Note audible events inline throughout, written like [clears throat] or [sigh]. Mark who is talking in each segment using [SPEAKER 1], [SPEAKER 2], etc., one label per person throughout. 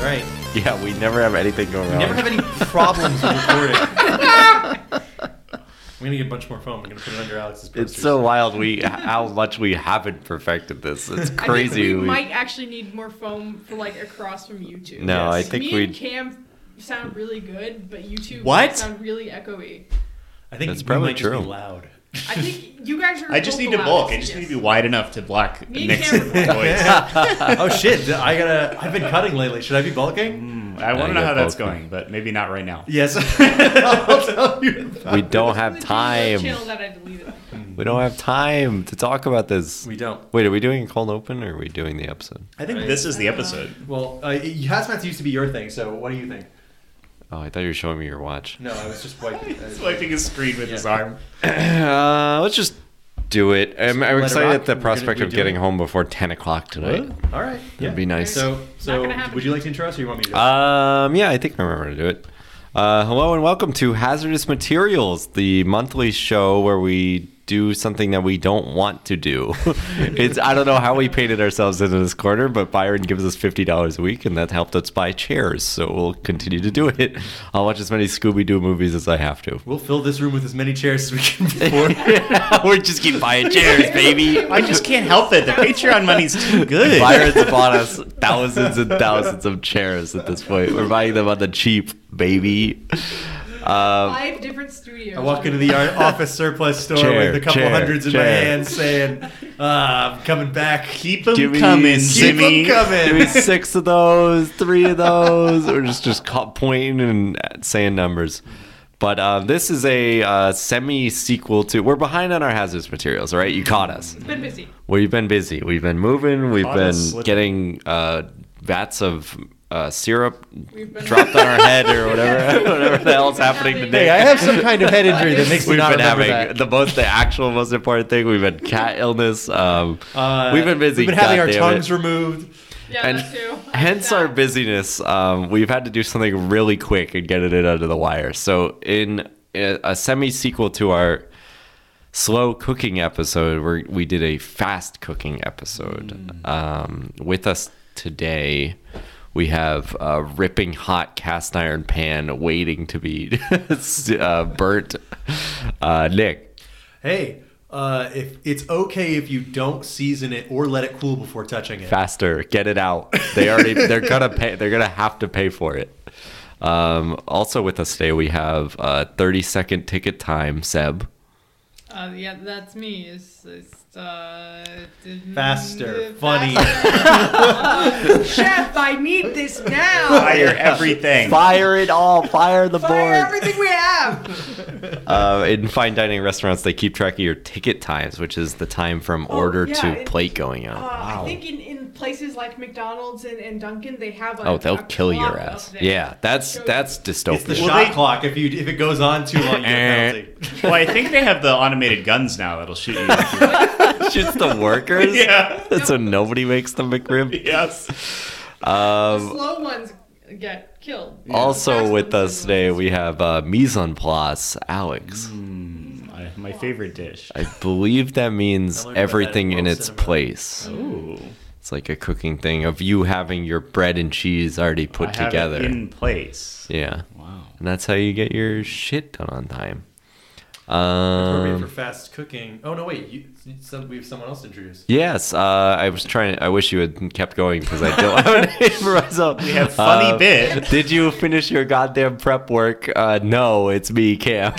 [SPEAKER 1] Right.
[SPEAKER 2] [laughs] Yeah, we never have anything going
[SPEAKER 1] We
[SPEAKER 2] on.
[SPEAKER 1] never have
[SPEAKER 3] [laughs]
[SPEAKER 1] any problems with recording. I'm gonna get a bunch more foam. I'm gonna put it under Alex's posters.
[SPEAKER 2] It's so wild we how much we haven't perfected
[SPEAKER 1] [laughs]
[SPEAKER 2] this. It's
[SPEAKER 4] I think
[SPEAKER 2] crazy.
[SPEAKER 4] we,
[SPEAKER 2] we-
[SPEAKER 4] might actually need more foam for like across from YouTube.
[SPEAKER 2] No,
[SPEAKER 1] Yes.
[SPEAKER 2] I think
[SPEAKER 4] Me
[SPEAKER 2] we.
[SPEAKER 4] and Cam sound really good, but you two
[SPEAKER 1] What?
[SPEAKER 4] sound really echoey.
[SPEAKER 1] I think
[SPEAKER 2] That's
[SPEAKER 1] we
[SPEAKER 2] probably
[SPEAKER 1] might just be
[SPEAKER 2] true.
[SPEAKER 1] loud.
[SPEAKER 4] I think you guys are.
[SPEAKER 3] I just need to
[SPEAKER 4] vocal
[SPEAKER 3] bulk. I
[SPEAKER 4] outlets,
[SPEAKER 3] just need
[SPEAKER 4] yes.
[SPEAKER 3] to be wide enough to block
[SPEAKER 4] Me and
[SPEAKER 3] Nick's
[SPEAKER 4] Cameron
[SPEAKER 3] [laughs] voice.
[SPEAKER 1] oh shit! I gotta. I've been cutting lately. Should I be bulking?
[SPEAKER 3] Hmm, I
[SPEAKER 2] you
[SPEAKER 3] want to know
[SPEAKER 2] got
[SPEAKER 3] how that's
[SPEAKER 2] bulk.
[SPEAKER 3] going, but maybe not right now.
[SPEAKER 1] Yes. [laughs] I'll tell you.
[SPEAKER 2] We don't
[SPEAKER 4] The
[SPEAKER 2] have
[SPEAKER 4] YouTube
[SPEAKER 2] time.
[SPEAKER 4] Channel that I deleted.
[SPEAKER 2] We don't have time to talk about this.
[SPEAKER 1] We don't.
[SPEAKER 2] Wait, are we doing a cold open or are we doing the episode?
[SPEAKER 3] I think
[SPEAKER 1] Right.
[SPEAKER 3] this is the
[SPEAKER 4] I don't know.
[SPEAKER 3] episode. [laughs]
[SPEAKER 1] Well, uh, hazmats used to be your thing. So what do you think?
[SPEAKER 2] Oh, I thought you were showing me your watch.
[SPEAKER 1] No, I was just wiping. uh,
[SPEAKER 3] He's [laughs] wiping his screen with his
[SPEAKER 1] Yeah.
[SPEAKER 3] arm.
[SPEAKER 2] [clears throat] Uh, let's just do it. I'm,
[SPEAKER 1] Let
[SPEAKER 2] I'm
[SPEAKER 1] it
[SPEAKER 2] excited
[SPEAKER 1] rock.
[SPEAKER 2] at the
[SPEAKER 1] We're gonna-
[SPEAKER 2] prospect
[SPEAKER 1] we're
[SPEAKER 2] of getting
[SPEAKER 1] doing-
[SPEAKER 2] home before 10 o'clock tonight.
[SPEAKER 1] All right.
[SPEAKER 2] That'd be nice.
[SPEAKER 1] So, so
[SPEAKER 4] gonna happen.
[SPEAKER 1] would you like to intro us, or you want me to? Do it?
[SPEAKER 2] Um, yeah, I think I remember to do it. Uh, hello and welcome to Hazardous Materials, the monthly show where we do something that we don't want to do. [laughs] it's I don't know how we painted ourselves into this quarter, but Byron gives us fifty dollars a week, and that helped us buy chairs. So we'll continue to do it. I'll watch as many Scooby Doo movies as I have [laughs] to.
[SPEAKER 1] we'll fill this room with as many chairs as we
[SPEAKER 2] [laughs]
[SPEAKER 1] can afford.
[SPEAKER 2] We're just keep buying chairs, baby.
[SPEAKER 3] I just can't help it. The Patreon money's
[SPEAKER 1] [laughs]
[SPEAKER 3] too good.
[SPEAKER 2] Byron's bought us thousands and thousands of chairs at this point. We're buying them on the cheap, baby.
[SPEAKER 3] Oh.
[SPEAKER 2] Um,
[SPEAKER 4] Five different studios.
[SPEAKER 1] I walk into the yard- office surplus store
[SPEAKER 2] Chair,
[SPEAKER 1] with a couple
[SPEAKER 2] chair,
[SPEAKER 1] hundreds in my
[SPEAKER 2] chair.
[SPEAKER 1] hands, saying, uh, "I'm coming back."
[SPEAKER 3] Keep them
[SPEAKER 2] Give me-
[SPEAKER 3] coming,
[SPEAKER 2] keep
[SPEAKER 1] Keep 'em
[SPEAKER 3] Jimmy.
[SPEAKER 2] Give me
[SPEAKER 1] coming. [laughs]
[SPEAKER 2] six of those, three of those, or just just ca- pointing and uh, saying numbers. But uh, this is a uh, semi sequel to. We're behind on our hazardous materials, all right? You caught us.
[SPEAKER 4] It's been busy.
[SPEAKER 2] We've been busy. We've been moving. We've
[SPEAKER 3] Caught us
[SPEAKER 2] been
[SPEAKER 3] slipping.
[SPEAKER 2] getting uh, vats of uh, syrup
[SPEAKER 4] We've been
[SPEAKER 2] dropped on our head or whatever, [laughs] whatever the hell's happening today.
[SPEAKER 4] Hey, I have
[SPEAKER 1] some kind of head
[SPEAKER 4] injury that makes
[SPEAKER 2] We've been having the most, the actual most important thing. We've had cat illness. Um, we've been busy.
[SPEAKER 1] Uh, We've been having our
[SPEAKER 2] goddamn it.
[SPEAKER 1] tongues removed.
[SPEAKER 4] Yeah,
[SPEAKER 2] and
[SPEAKER 4] that too.
[SPEAKER 2] [laughs] hence
[SPEAKER 4] That.
[SPEAKER 2] our busyness um, we've had to do something really quick and get it in under the wire so in a, a semi sequel to our slow cooking episode where we did a fast cooking episode
[SPEAKER 4] Mm.
[SPEAKER 2] um, with us today we have a ripping hot cast iron pan waiting to be [laughs] uh, burnt uh, nick
[SPEAKER 1] Hey, uh, if it's okay if you don't season it or let it cool before touching it.
[SPEAKER 2] faster get it out they already they're gonna pay they're gonna have to pay for it um, also with us today we have uh, 30 second ticket time seb
[SPEAKER 4] Uh, yeah, that's me. It's, it's uh,
[SPEAKER 1] Faster,
[SPEAKER 4] Mm,
[SPEAKER 1] funny.
[SPEAKER 3] [laughs]
[SPEAKER 4] Faster. Chef, I need this
[SPEAKER 3] [laughs]
[SPEAKER 4] now.
[SPEAKER 3] Fire everything.
[SPEAKER 2] fire it all fire the
[SPEAKER 4] Fire
[SPEAKER 2] board
[SPEAKER 4] everything we have.
[SPEAKER 2] uh, in fine dining restaurants they keep track of your ticket times which is the time from
[SPEAKER 4] Oh,
[SPEAKER 2] order
[SPEAKER 4] yeah,
[SPEAKER 2] to
[SPEAKER 4] it-
[SPEAKER 2] plate going
[SPEAKER 4] Uh,
[SPEAKER 2] out
[SPEAKER 4] I think in, in places like McDonald's and, and Dunkin', they have a
[SPEAKER 2] oh they'll
[SPEAKER 4] a
[SPEAKER 2] kill your
[SPEAKER 4] clock up
[SPEAKER 2] ass
[SPEAKER 4] there.
[SPEAKER 2] yeah that's
[SPEAKER 4] Shows-
[SPEAKER 2] that's
[SPEAKER 1] It's the
[SPEAKER 2] dystopian
[SPEAKER 1] shot
[SPEAKER 3] they-
[SPEAKER 1] clock. If you if it goes on too long, you get
[SPEAKER 2] Eh.
[SPEAKER 1] a penalty.
[SPEAKER 3] Well, I think they have the automated guns now that'll shoot
[SPEAKER 1] [laughs]
[SPEAKER 3] you.
[SPEAKER 2] [laughs] just the workers
[SPEAKER 3] yeah.
[SPEAKER 2] [laughs] so nobody makes
[SPEAKER 4] [laughs]
[SPEAKER 2] the mcrib
[SPEAKER 3] Yes.
[SPEAKER 4] The
[SPEAKER 2] um,
[SPEAKER 4] slow ones get killed.
[SPEAKER 2] Also
[SPEAKER 4] Fast
[SPEAKER 2] with
[SPEAKER 4] ones
[SPEAKER 2] us
[SPEAKER 4] are the
[SPEAKER 2] today,
[SPEAKER 4] ones-
[SPEAKER 2] we have uh, mise en place, Alex.
[SPEAKER 3] My, my favorite dish.
[SPEAKER 2] I believe that means
[SPEAKER 1] I learned about that
[SPEAKER 2] everything
[SPEAKER 1] at
[SPEAKER 2] in
[SPEAKER 1] World
[SPEAKER 2] its
[SPEAKER 1] Cinema.
[SPEAKER 2] place.
[SPEAKER 3] Ooh.
[SPEAKER 2] It's like a cooking thing of you having your bread and cheese already put
[SPEAKER 3] I have it
[SPEAKER 2] together.
[SPEAKER 3] in place.
[SPEAKER 2] yeah,
[SPEAKER 3] Wow.
[SPEAKER 2] and that's how you get your shit done on time.
[SPEAKER 1] Appropriate
[SPEAKER 2] Um,
[SPEAKER 1] for fast cooking. Oh no, wait. You, some, we have someone else introduced.
[SPEAKER 2] yes, uh, I was trying. I wish you had kept going because I don't [laughs] have a name for myself. We
[SPEAKER 3] have funny
[SPEAKER 1] Uh,
[SPEAKER 3] bit.
[SPEAKER 2] Did you finish your goddamn prep work? Uh, no, it's me, Cam. [laughs]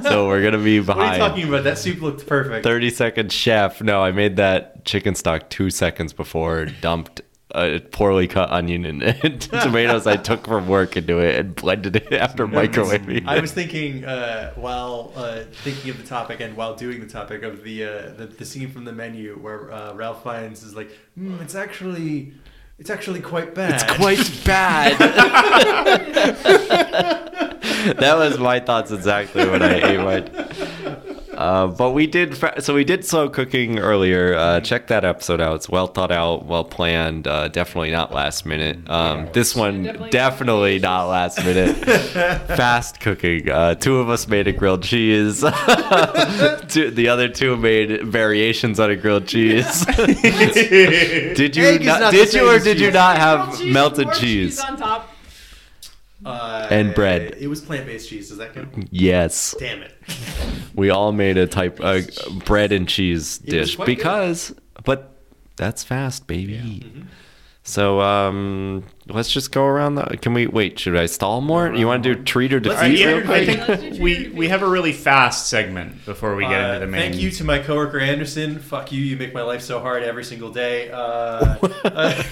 [SPEAKER 2] so we're
[SPEAKER 1] What
[SPEAKER 2] gonna be
[SPEAKER 1] are you
[SPEAKER 2] behind.
[SPEAKER 1] talking about? That soup looked perfect.
[SPEAKER 2] 30 second chef. No, I made that chicken stock two seconds before, dumped a poorly cut onion and, and [laughs] tomatoes I took from work into it and blended it after microwaving.
[SPEAKER 1] I was thinking uh, while uh, thinking of the topic and while doing the topic of the uh, the, the scene from the menu where uh, Ralph Fiennes is like, mm, "It's actually, it's actually quite bad."
[SPEAKER 2] It's quite [laughs] bad. that was my thoughts exactly when I ate my. Uh, but we did fa- so we did slow cooking earlier. Uh, check that episode out. It's well thought out, well planned. Uh, definitely not last minute. Um, this one
[SPEAKER 4] Definitely
[SPEAKER 2] definitely,
[SPEAKER 4] not
[SPEAKER 2] not
[SPEAKER 4] [laughs]
[SPEAKER 2] last minute. Fast cooking. Uh, two of us made a grilled cheese. [laughs] two, the other two made variations on a grilled cheese.
[SPEAKER 4] [laughs]
[SPEAKER 1] [laughs]
[SPEAKER 2] did you
[SPEAKER 1] Egg is
[SPEAKER 2] not,
[SPEAKER 1] not the
[SPEAKER 2] did
[SPEAKER 1] same
[SPEAKER 2] you or
[SPEAKER 1] as
[SPEAKER 2] did you
[SPEAKER 1] cheese.
[SPEAKER 2] not
[SPEAKER 4] Grilled
[SPEAKER 2] have
[SPEAKER 4] cheese,
[SPEAKER 2] melted
[SPEAKER 4] more
[SPEAKER 2] cheese?
[SPEAKER 4] on top.
[SPEAKER 1] Uh,
[SPEAKER 2] And bread.
[SPEAKER 1] It was plant based cheese. Does that
[SPEAKER 3] Mm.
[SPEAKER 1] count?
[SPEAKER 2] Yes.
[SPEAKER 1] Damn it.
[SPEAKER 2] We all made a type uh, bread and cheese
[SPEAKER 1] It was
[SPEAKER 2] dish
[SPEAKER 1] quite
[SPEAKER 2] because, but that's fast, baby. So um, let's just go around. The, can we wait? Should I stall more? You want to do treat or defeat?
[SPEAKER 3] All right,
[SPEAKER 1] Let's do
[SPEAKER 2] real
[SPEAKER 3] Andrew, I
[SPEAKER 2] quick?
[SPEAKER 4] Let's do
[SPEAKER 3] think
[SPEAKER 4] Twitter
[SPEAKER 3] we,
[SPEAKER 4] review.
[SPEAKER 3] we have a really fast segment before we get
[SPEAKER 1] Uh,
[SPEAKER 3] into the main.
[SPEAKER 1] Thank you to my coworker Anderson. Fuck you. You make my life so hard every single
[SPEAKER 3] [laughs]
[SPEAKER 1] day. Uh, uh,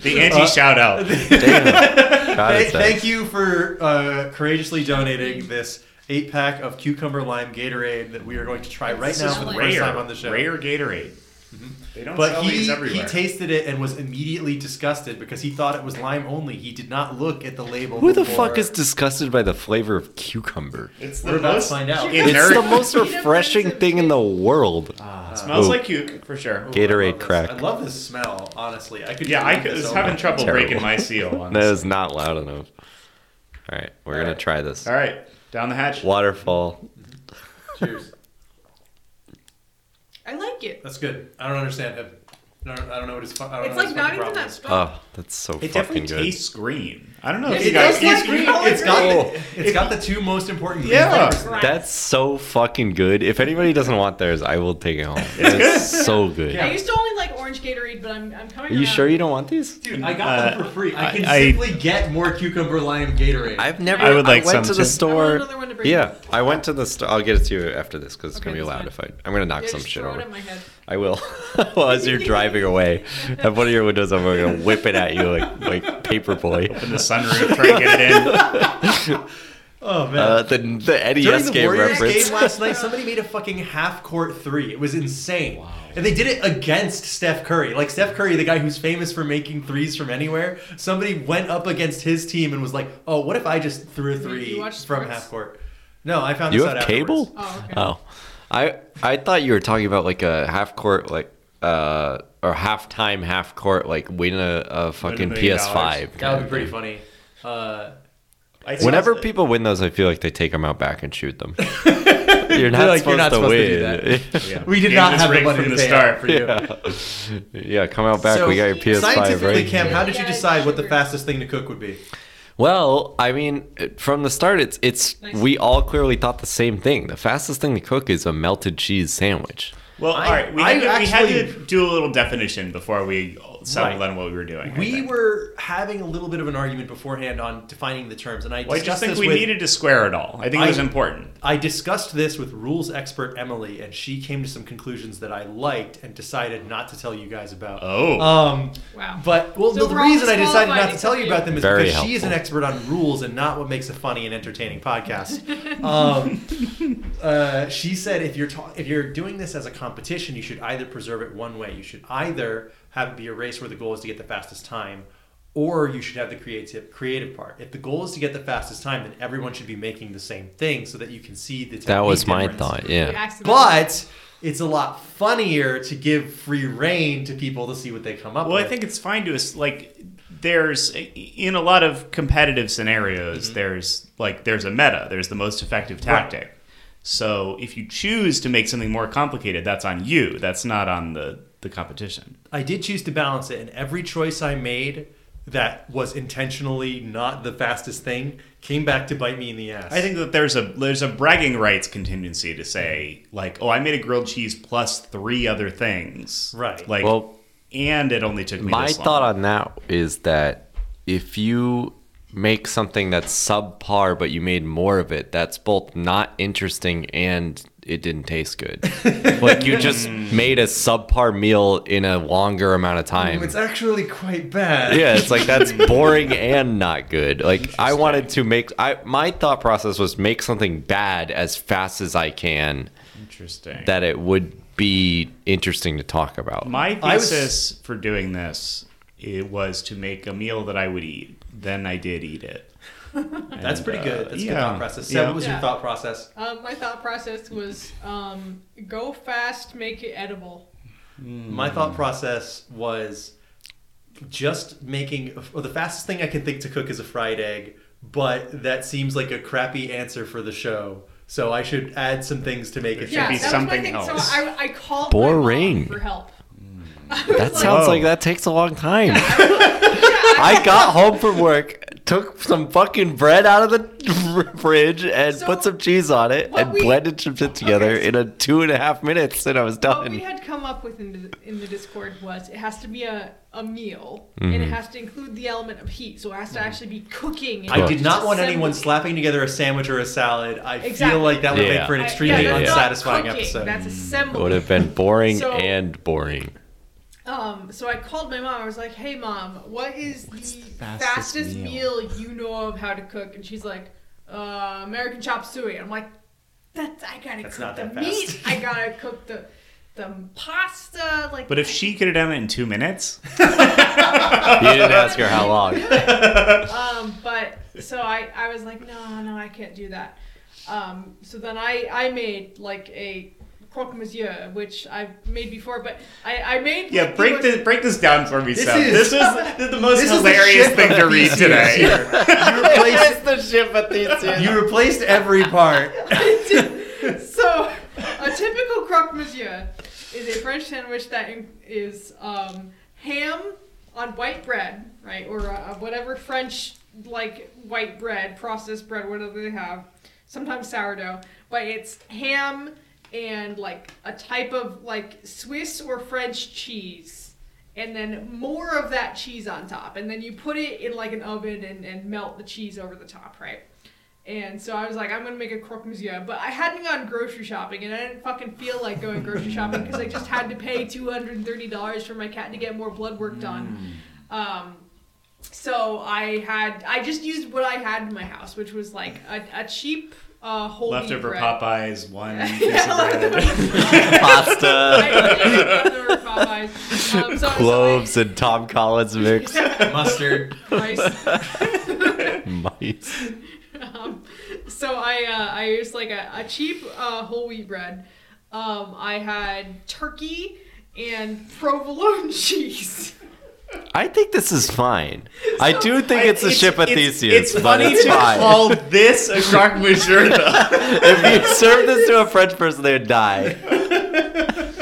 [SPEAKER 3] the anti
[SPEAKER 1] [laughs]
[SPEAKER 3] shout out.
[SPEAKER 2] Damn. God,
[SPEAKER 1] Hey, [laughs]
[SPEAKER 2] it's bad.
[SPEAKER 1] thank you for uh, courageously donating this eight pack of cucumber lime Gatorade that we are going to try right now for
[SPEAKER 4] Smell
[SPEAKER 1] the
[SPEAKER 4] it.
[SPEAKER 1] first
[SPEAKER 3] rare
[SPEAKER 1] time on the show.
[SPEAKER 3] Rare Gatorade.
[SPEAKER 2] Mm-hmm.
[SPEAKER 3] They don't
[SPEAKER 1] But
[SPEAKER 3] sell
[SPEAKER 1] he,
[SPEAKER 3] these everywhere.
[SPEAKER 1] he tasted it and was immediately disgusted because he thought it was lime only. He did not look at the label.
[SPEAKER 2] Who the
[SPEAKER 1] before.
[SPEAKER 2] fuck is disgusted by the flavor of cucumber?
[SPEAKER 3] it's
[SPEAKER 1] We're
[SPEAKER 3] the
[SPEAKER 1] about to
[SPEAKER 3] most.
[SPEAKER 1] find out.
[SPEAKER 4] It
[SPEAKER 3] It
[SPEAKER 2] It's
[SPEAKER 3] nerd-
[SPEAKER 2] the most
[SPEAKER 4] Peanut butter
[SPEAKER 2] refreshing
[SPEAKER 4] and
[SPEAKER 2] thing in the world.
[SPEAKER 3] smells
[SPEAKER 2] Ooh.
[SPEAKER 3] like puke for sure.
[SPEAKER 1] Ooh, I
[SPEAKER 2] Gatorade
[SPEAKER 1] love this.
[SPEAKER 2] crack.
[SPEAKER 1] I love this smell. Honestly, I could.
[SPEAKER 3] Yeah, I
[SPEAKER 1] drink
[SPEAKER 3] could-
[SPEAKER 1] this
[SPEAKER 3] was
[SPEAKER 1] all
[SPEAKER 3] having
[SPEAKER 1] night.
[SPEAKER 3] trouble
[SPEAKER 2] Terrible.
[SPEAKER 3] breaking my
[SPEAKER 2] [laughs]
[SPEAKER 3] seal. On
[SPEAKER 2] That
[SPEAKER 3] this.
[SPEAKER 2] is not loud enough. All right, we're gonna
[SPEAKER 1] right.
[SPEAKER 2] try this.
[SPEAKER 3] All right, down the hatch.
[SPEAKER 2] Waterfall.
[SPEAKER 1] Cheers.
[SPEAKER 4] I like it.
[SPEAKER 1] That's good. I don't understand him. I don't, I don't know what his. fu- I don't
[SPEAKER 4] It's
[SPEAKER 1] know
[SPEAKER 4] like
[SPEAKER 1] his
[SPEAKER 4] not
[SPEAKER 1] fucking
[SPEAKER 4] even
[SPEAKER 1] problem
[SPEAKER 4] that
[SPEAKER 1] is.
[SPEAKER 4] strong.
[SPEAKER 2] Oh, that's so
[SPEAKER 3] It
[SPEAKER 2] fucking
[SPEAKER 3] definitely
[SPEAKER 2] good.
[SPEAKER 3] tastes green. I don't know if
[SPEAKER 1] It
[SPEAKER 3] you
[SPEAKER 1] does
[SPEAKER 3] guys.
[SPEAKER 1] taste
[SPEAKER 4] it's
[SPEAKER 1] green.
[SPEAKER 4] green.
[SPEAKER 1] It's got
[SPEAKER 2] Oh.
[SPEAKER 1] the, it's got the two most important green
[SPEAKER 3] Yeah.
[SPEAKER 1] flavors.
[SPEAKER 4] Right.
[SPEAKER 2] That's so fucking good. If anybody doesn't want theirs, I will take it home.
[SPEAKER 3] It's
[SPEAKER 2] It's so good.
[SPEAKER 4] I used to only like orange Gatorade, but I'm, I'm coming.
[SPEAKER 2] Are you
[SPEAKER 4] around.
[SPEAKER 2] sure you don't want these?
[SPEAKER 1] Dude, I got them
[SPEAKER 3] Uh,
[SPEAKER 1] for free. I can
[SPEAKER 3] I- I-
[SPEAKER 1] simply get more cucumber lime Gatorade.
[SPEAKER 2] I've never.
[SPEAKER 4] I would
[SPEAKER 3] like
[SPEAKER 2] went
[SPEAKER 3] some
[SPEAKER 2] to the
[SPEAKER 3] too.
[SPEAKER 4] I want
[SPEAKER 2] store.
[SPEAKER 4] another one to bring.
[SPEAKER 2] Yeah, I went to the store. I'll get it to you after this because it's
[SPEAKER 4] Okay,
[SPEAKER 2] gonna be
[SPEAKER 4] that's
[SPEAKER 2] loud if
[SPEAKER 4] fine.
[SPEAKER 2] I. I'm gonna knock
[SPEAKER 4] Yeah,
[SPEAKER 2] some
[SPEAKER 4] just
[SPEAKER 2] shit
[SPEAKER 4] throw it
[SPEAKER 2] over.
[SPEAKER 4] at my head.
[SPEAKER 2] I will. [laughs] well,
[SPEAKER 4] [laughs]
[SPEAKER 2] as you're driving away, at one of your windows, I'm gonna whip it at you like like paperboy.
[SPEAKER 3] [laughs] Open the sunroof, try to get
[SPEAKER 2] [laughs]
[SPEAKER 3] it in.
[SPEAKER 1] oh man.
[SPEAKER 2] Uh, the the
[SPEAKER 1] During
[SPEAKER 2] NES
[SPEAKER 1] the
[SPEAKER 2] game
[SPEAKER 1] Warriors
[SPEAKER 2] reference.
[SPEAKER 1] game last night, somebody made a fucking half court three. It was insane. And they did it against Steph Curry. Like Steph Curry, the guy who's famous for making threes from anywhere, somebody went up against his team and was like, "Oh, what if I just threw a three
[SPEAKER 4] you
[SPEAKER 1] from
[SPEAKER 4] watch sports?
[SPEAKER 1] half court?" No, I found
[SPEAKER 2] You
[SPEAKER 1] this
[SPEAKER 2] have
[SPEAKER 1] out
[SPEAKER 2] cable?
[SPEAKER 1] afterwards.
[SPEAKER 4] Oh, okay.
[SPEAKER 2] Oh, I I thought you were talking about like a half court like uh or half time half court like win a, a fucking PS5.
[SPEAKER 3] million dollars.
[SPEAKER 1] That would
[SPEAKER 2] kind
[SPEAKER 1] be
[SPEAKER 2] of
[SPEAKER 1] pretty
[SPEAKER 2] thing.
[SPEAKER 1] funny. Uh,
[SPEAKER 3] I saw-
[SPEAKER 2] Whenever people win those, I feel like they take them out back and
[SPEAKER 1] [laughs]
[SPEAKER 2] shoot them. you're not
[SPEAKER 1] like, you're
[SPEAKER 2] supposed
[SPEAKER 1] not
[SPEAKER 2] to
[SPEAKER 1] supposed to do
[SPEAKER 2] win.
[SPEAKER 3] Yeah.
[SPEAKER 1] We did
[SPEAKER 3] Game
[SPEAKER 1] not
[SPEAKER 3] was
[SPEAKER 1] have the
[SPEAKER 3] rigged
[SPEAKER 1] money
[SPEAKER 3] from
[SPEAKER 1] to
[SPEAKER 3] the
[SPEAKER 1] pay
[SPEAKER 3] start for you.
[SPEAKER 2] yeah. [laughs] yeah, come out back. we got your PS5
[SPEAKER 1] Scientifically,
[SPEAKER 2] right
[SPEAKER 1] Cam,
[SPEAKER 2] here.
[SPEAKER 1] how did you decide what the fastest thing to cook would be?
[SPEAKER 2] Well, I mean, from the start, it's it's
[SPEAKER 4] Nice.
[SPEAKER 2] we all clearly thought the same thing. The fastest thing to cook is a melted cheese sandwich.
[SPEAKER 3] Well,
[SPEAKER 1] I-
[SPEAKER 3] all right, we,
[SPEAKER 1] I
[SPEAKER 3] had to, we had to
[SPEAKER 1] actually-
[SPEAKER 3] do a little definition before we settled
[SPEAKER 1] Right.
[SPEAKER 3] on what we were doing. I
[SPEAKER 1] We
[SPEAKER 3] think.
[SPEAKER 1] were having a little bit of an argument beforehand on defining the terms, and I
[SPEAKER 3] Well, I
[SPEAKER 1] discussed
[SPEAKER 3] just think
[SPEAKER 1] this
[SPEAKER 3] we
[SPEAKER 1] with,
[SPEAKER 3] needed to square it all. I think it was
[SPEAKER 1] I-
[SPEAKER 3] important.
[SPEAKER 1] I discussed this with rules expert Emily, and she came to some conclusions that I liked and decided not to tell you guys about.
[SPEAKER 3] Oh.
[SPEAKER 1] Um,
[SPEAKER 4] Wow.
[SPEAKER 1] But well,
[SPEAKER 4] So
[SPEAKER 1] the
[SPEAKER 4] we're all
[SPEAKER 1] reason I decided not
[SPEAKER 4] disqualified
[SPEAKER 1] to tell you
[SPEAKER 4] except
[SPEAKER 1] about them is
[SPEAKER 2] Very
[SPEAKER 1] because she is an
[SPEAKER 2] helpful.
[SPEAKER 1] expert on rules and not what makes a funny and entertaining
[SPEAKER 4] [laughs]
[SPEAKER 1] podcast. um, uh, she said if you're ta- if you're doing this as a competition, you should either preserve it one way. You should either have it be a race where the goal is to get the fastest time, or you should have the creative creative part. If the goal is to get the fastest time, then everyone should be making the same thing so that you can see the.
[SPEAKER 2] That was
[SPEAKER 1] technique
[SPEAKER 2] my
[SPEAKER 1] difference.
[SPEAKER 2] thought.
[SPEAKER 4] You
[SPEAKER 2] Yeah.
[SPEAKER 4] accidentally-
[SPEAKER 1] But it's a lot funnier to give free reign to people to see what they come up
[SPEAKER 3] Well,
[SPEAKER 1] with.
[SPEAKER 3] I think it's fine to us like there's in a lot of competitive scenarios
[SPEAKER 1] Mm-hmm.
[SPEAKER 3] there's like there's a meta, there's the most effective tactic. So if you choose to make something more complicated, that's on you. That's not on the the competition.
[SPEAKER 1] I did choose to balance it, and every choice I made that was intentionally not the fastest thing came back to bite me in the ass.
[SPEAKER 3] I think that there's a there's a bragging rights contingency to say like, oh, I made a grilled cheese plus three other things.
[SPEAKER 1] Right.
[SPEAKER 3] Like,
[SPEAKER 2] Well,
[SPEAKER 3] and it only took me.
[SPEAKER 2] My
[SPEAKER 3] this long.
[SPEAKER 2] thought on that is that if you make something that's subpar but you made more of it, that's both not interesting and it didn't taste
[SPEAKER 3] [laughs]
[SPEAKER 2] good. like you just made a subpar meal in a longer amount of time.
[SPEAKER 1] it's actually quite bad.
[SPEAKER 2] yeah, it's like
[SPEAKER 3] [laughs]
[SPEAKER 2] that's boring and not good. Like I wanted to make I my thought process was make something bad as fast as I can
[SPEAKER 3] interesting.
[SPEAKER 2] that it would be interesting to talk about.
[SPEAKER 3] My
[SPEAKER 1] I was-
[SPEAKER 3] thesis for doing this it was to make a meal that I would eat then I did eat it.
[SPEAKER 1] That's
[SPEAKER 3] And,
[SPEAKER 1] pretty
[SPEAKER 3] uh,
[SPEAKER 1] good. That's a good
[SPEAKER 3] yeah,
[SPEAKER 1] thought process. So,
[SPEAKER 3] yeah.
[SPEAKER 1] what was your
[SPEAKER 4] Yeah.
[SPEAKER 1] thought process?
[SPEAKER 4] Uh, my thought process was um, go fast, make it edible.
[SPEAKER 1] My
[SPEAKER 3] Mm.
[SPEAKER 1] thought process was just making or the fastest thing I can think to cook is a fried egg, but that seems like a crappy answer for the show. So I should add some things to make it.
[SPEAKER 3] Should Yeah. be
[SPEAKER 4] that
[SPEAKER 1] fast.
[SPEAKER 3] something
[SPEAKER 4] was my thing.
[SPEAKER 3] else.
[SPEAKER 4] So I, I called my
[SPEAKER 2] Boring.
[SPEAKER 4] mom for help. [laughs]
[SPEAKER 1] Mm.
[SPEAKER 2] That sounds
[SPEAKER 3] Whoa.
[SPEAKER 2] like that takes a long time. I got home from work, took some fucking bread out of the [laughs] fridge, and
[SPEAKER 4] So,
[SPEAKER 2] put some cheese on it,
[SPEAKER 4] what
[SPEAKER 2] and
[SPEAKER 4] we-
[SPEAKER 2] blended some shit together
[SPEAKER 4] Okay, so-
[SPEAKER 2] in a two and a half minutes, and I was
[SPEAKER 4] What we
[SPEAKER 2] done.
[SPEAKER 4] had come up with in the, in the Discord was it has to be a, a meal and
[SPEAKER 2] Mm-hmm.
[SPEAKER 4] it has to include the element of heat, so it has to actually be cooking. and
[SPEAKER 1] Mm-hmm. I
[SPEAKER 4] not
[SPEAKER 1] did
[SPEAKER 4] just
[SPEAKER 1] not want
[SPEAKER 4] assembly.
[SPEAKER 1] anyone slapping together a sandwich or a salad. I
[SPEAKER 4] Exactly.
[SPEAKER 1] feel like that would
[SPEAKER 2] Yeah.
[SPEAKER 1] make for an
[SPEAKER 4] I- yeah,
[SPEAKER 1] extremely
[SPEAKER 4] that's not
[SPEAKER 1] unsatisfying
[SPEAKER 4] cooking,
[SPEAKER 1] episode.
[SPEAKER 4] That's
[SPEAKER 2] It
[SPEAKER 4] assembly.
[SPEAKER 2] would have been boring
[SPEAKER 4] So-
[SPEAKER 2] and boring.
[SPEAKER 4] Um, so I called my mom. I was like, "Hey, mom, what is the,
[SPEAKER 3] fastest
[SPEAKER 4] fastest,
[SPEAKER 3] meal?
[SPEAKER 4] meal? you know of how to cook?" And she's like, uh, "American chop suey." I'm like, "That's I gotta
[SPEAKER 1] That's
[SPEAKER 4] cook
[SPEAKER 1] not
[SPEAKER 4] the
[SPEAKER 1] that
[SPEAKER 4] meat.
[SPEAKER 1] fast."
[SPEAKER 4] I gotta cook the the pasta." Like,
[SPEAKER 3] But if she could have done it in two
[SPEAKER 1] [laughs]
[SPEAKER 3] minutes,
[SPEAKER 2] You didn't ask her
[SPEAKER 4] [laughs]
[SPEAKER 2] how long.
[SPEAKER 4] um, but so I I was like, "No, no, I can't do that." Um, so then I I made like a croque monsieur, which I've made before, but I I made
[SPEAKER 3] yeah,
[SPEAKER 4] like,
[SPEAKER 3] break
[SPEAKER 4] most-
[SPEAKER 3] this break this down for me,
[SPEAKER 1] This
[SPEAKER 3] Seth.
[SPEAKER 1] is-
[SPEAKER 3] This
[SPEAKER 4] [laughs]
[SPEAKER 3] was the most
[SPEAKER 1] This is the
[SPEAKER 3] hilarious
[SPEAKER 1] shit
[SPEAKER 3] thing to
[SPEAKER 1] that
[SPEAKER 3] read
[SPEAKER 1] these
[SPEAKER 3] today.
[SPEAKER 1] years here. You [laughs] replaced,
[SPEAKER 2] the shit, but these
[SPEAKER 1] you replaced every part.
[SPEAKER 4] [laughs] So, a typical croque monsieur is a French sandwich that in- is um, ham on white bread, right, or uh, whatever French like white bread, processed bread, whatever they have. Sometimes sourdough, but it's ham and like a type of like Swiss or French cheese. And then more of that cheese on top, and then you put it in like an oven and, and melt the cheese over the top, right? And so I was like, I'm gonna make a croque monsieur, but I hadn't gone grocery shopping, and I didn't fucking feel like going grocery shopping because I just had to pay two hundred and thirty dollars for my cat to get more blood work done. Um, so I had, I just used what I had in my house, which was like a, a cheap uh, whole wheat
[SPEAKER 3] Leftover
[SPEAKER 4] bread.
[SPEAKER 3] Popeyes, one
[SPEAKER 4] [laughs]
[SPEAKER 3] piece
[SPEAKER 4] Yeah,
[SPEAKER 3] of bread.
[SPEAKER 4] leftover-
[SPEAKER 2] [laughs]
[SPEAKER 4] [laughs]
[SPEAKER 2] Pasta,
[SPEAKER 3] [laughs]
[SPEAKER 4] leftover Popeyes. Um, so- so I- [laughs]
[SPEAKER 2] cloves, and Tom Collins mix.
[SPEAKER 1] Mustard.
[SPEAKER 4] rice.
[SPEAKER 2] Mice.
[SPEAKER 4] um, so I uh, I used like a, a cheap uh, whole wheat bread. Um, I had turkey and provolone [laughs] cheese.
[SPEAKER 2] I think this is fine. I do think
[SPEAKER 3] I-
[SPEAKER 2] it's a ship at
[SPEAKER 3] it's-
[SPEAKER 2] Theseus, but
[SPEAKER 3] funny
[SPEAKER 2] it's
[SPEAKER 3] to
[SPEAKER 2] fine.
[SPEAKER 3] call this a croque monsieur, though.
[SPEAKER 2] [laughs] if you serve this to a French person, they'd die.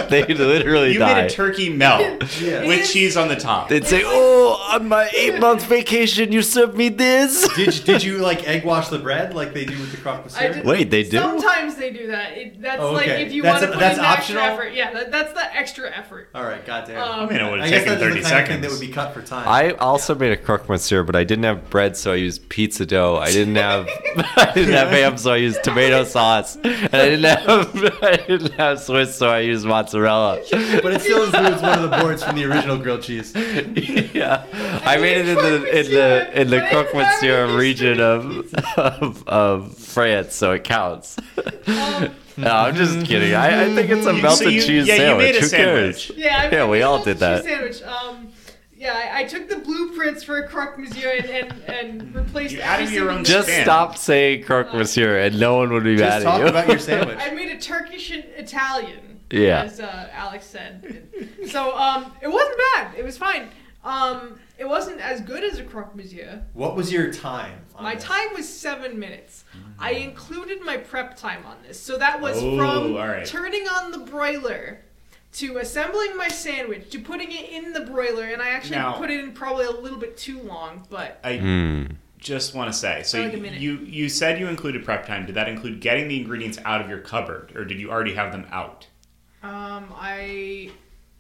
[SPEAKER 2] They'd literally
[SPEAKER 3] You
[SPEAKER 2] die.
[SPEAKER 3] made a turkey melt
[SPEAKER 1] Yeah.
[SPEAKER 3] with cheese on the top.
[SPEAKER 2] they'd say, "Oh, on my eight-month vacation, you served me this."
[SPEAKER 1] Did, did you like egg wash the bread like they do with the croque
[SPEAKER 4] I
[SPEAKER 1] monsieur?
[SPEAKER 4] did-
[SPEAKER 2] Wait, they do?
[SPEAKER 4] Sometimes they do that. It, that's
[SPEAKER 1] Oh,
[SPEAKER 4] like
[SPEAKER 1] okay.
[SPEAKER 4] if you want
[SPEAKER 1] That's
[SPEAKER 4] to
[SPEAKER 1] a-
[SPEAKER 4] put
[SPEAKER 1] that's
[SPEAKER 4] in
[SPEAKER 1] optional?
[SPEAKER 4] extra effort. Yeah, that, that's the extra effort.
[SPEAKER 1] All right, goddamn.
[SPEAKER 4] Um,
[SPEAKER 3] I mean, it would
[SPEAKER 1] I guess
[SPEAKER 3] have taken
[SPEAKER 1] that's the
[SPEAKER 3] 30
[SPEAKER 1] kind of thing
[SPEAKER 3] seconds.
[SPEAKER 1] that would be cut for time.
[SPEAKER 2] [laughs] I also made a croque monsieur, but I didn't have bread, so I used pizza dough. I didn't have [laughs] I didn't have ham, so I used tomato sauce, and I didn't have [laughs] I didn't have Swiss, so I used mozzarella. [laughs]
[SPEAKER 1] but it still includes one of the boards from the original grilled cheese.
[SPEAKER 2] yeah, I made it in the in the in the croque monsieur region of, of of France, so it counts. [laughs]
[SPEAKER 4] Um,
[SPEAKER 2] No, I'm just kidding. I, I think it's a
[SPEAKER 3] You- so
[SPEAKER 2] melted
[SPEAKER 3] you-
[SPEAKER 2] cheese
[SPEAKER 3] yeah, you
[SPEAKER 2] sandwich.
[SPEAKER 3] made a
[SPEAKER 2] Who
[SPEAKER 3] sandwich.
[SPEAKER 2] cares?
[SPEAKER 4] yeah, I
[SPEAKER 2] Yeah, we
[SPEAKER 4] I
[SPEAKER 2] all
[SPEAKER 4] love
[SPEAKER 2] did
[SPEAKER 4] the
[SPEAKER 2] that.
[SPEAKER 4] cheese Sandwich. Um, yeah, I, I took the blueprints for a croque monsieur and and, and replaced
[SPEAKER 3] You
[SPEAKER 4] every
[SPEAKER 3] added your
[SPEAKER 4] single
[SPEAKER 3] own
[SPEAKER 2] Just
[SPEAKER 3] Spin.
[SPEAKER 2] stop saying croque monsieur, and no one would be
[SPEAKER 1] Just
[SPEAKER 2] mad
[SPEAKER 1] talk
[SPEAKER 2] at
[SPEAKER 1] about
[SPEAKER 2] you.
[SPEAKER 1] your sandwich.
[SPEAKER 4] [laughs] I made a Turkish and Italian.
[SPEAKER 2] Yeah.
[SPEAKER 4] As uh, Alex said. so um, it wasn't bad. It was fine. Um, it wasn't as good as a croque monsieur.
[SPEAKER 1] What was your time?
[SPEAKER 3] Oh,
[SPEAKER 1] on
[SPEAKER 4] My
[SPEAKER 1] this?
[SPEAKER 4] time was seven minutes. I included my prep time on this, so that was
[SPEAKER 3] Mm. Oh,
[SPEAKER 4] from
[SPEAKER 3] all right.
[SPEAKER 4] turning on the broiler. To assembling my sandwich, to putting it in the broiler, and I actually
[SPEAKER 3] Now-
[SPEAKER 4] put it in probably a little bit too long, but
[SPEAKER 3] I
[SPEAKER 2] Hmm.
[SPEAKER 3] just want to say so
[SPEAKER 4] Like a minute.
[SPEAKER 3] you you said you included prep time. Did that include getting the ingredients out of your cupboard, or did you already have them out?
[SPEAKER 4] um, I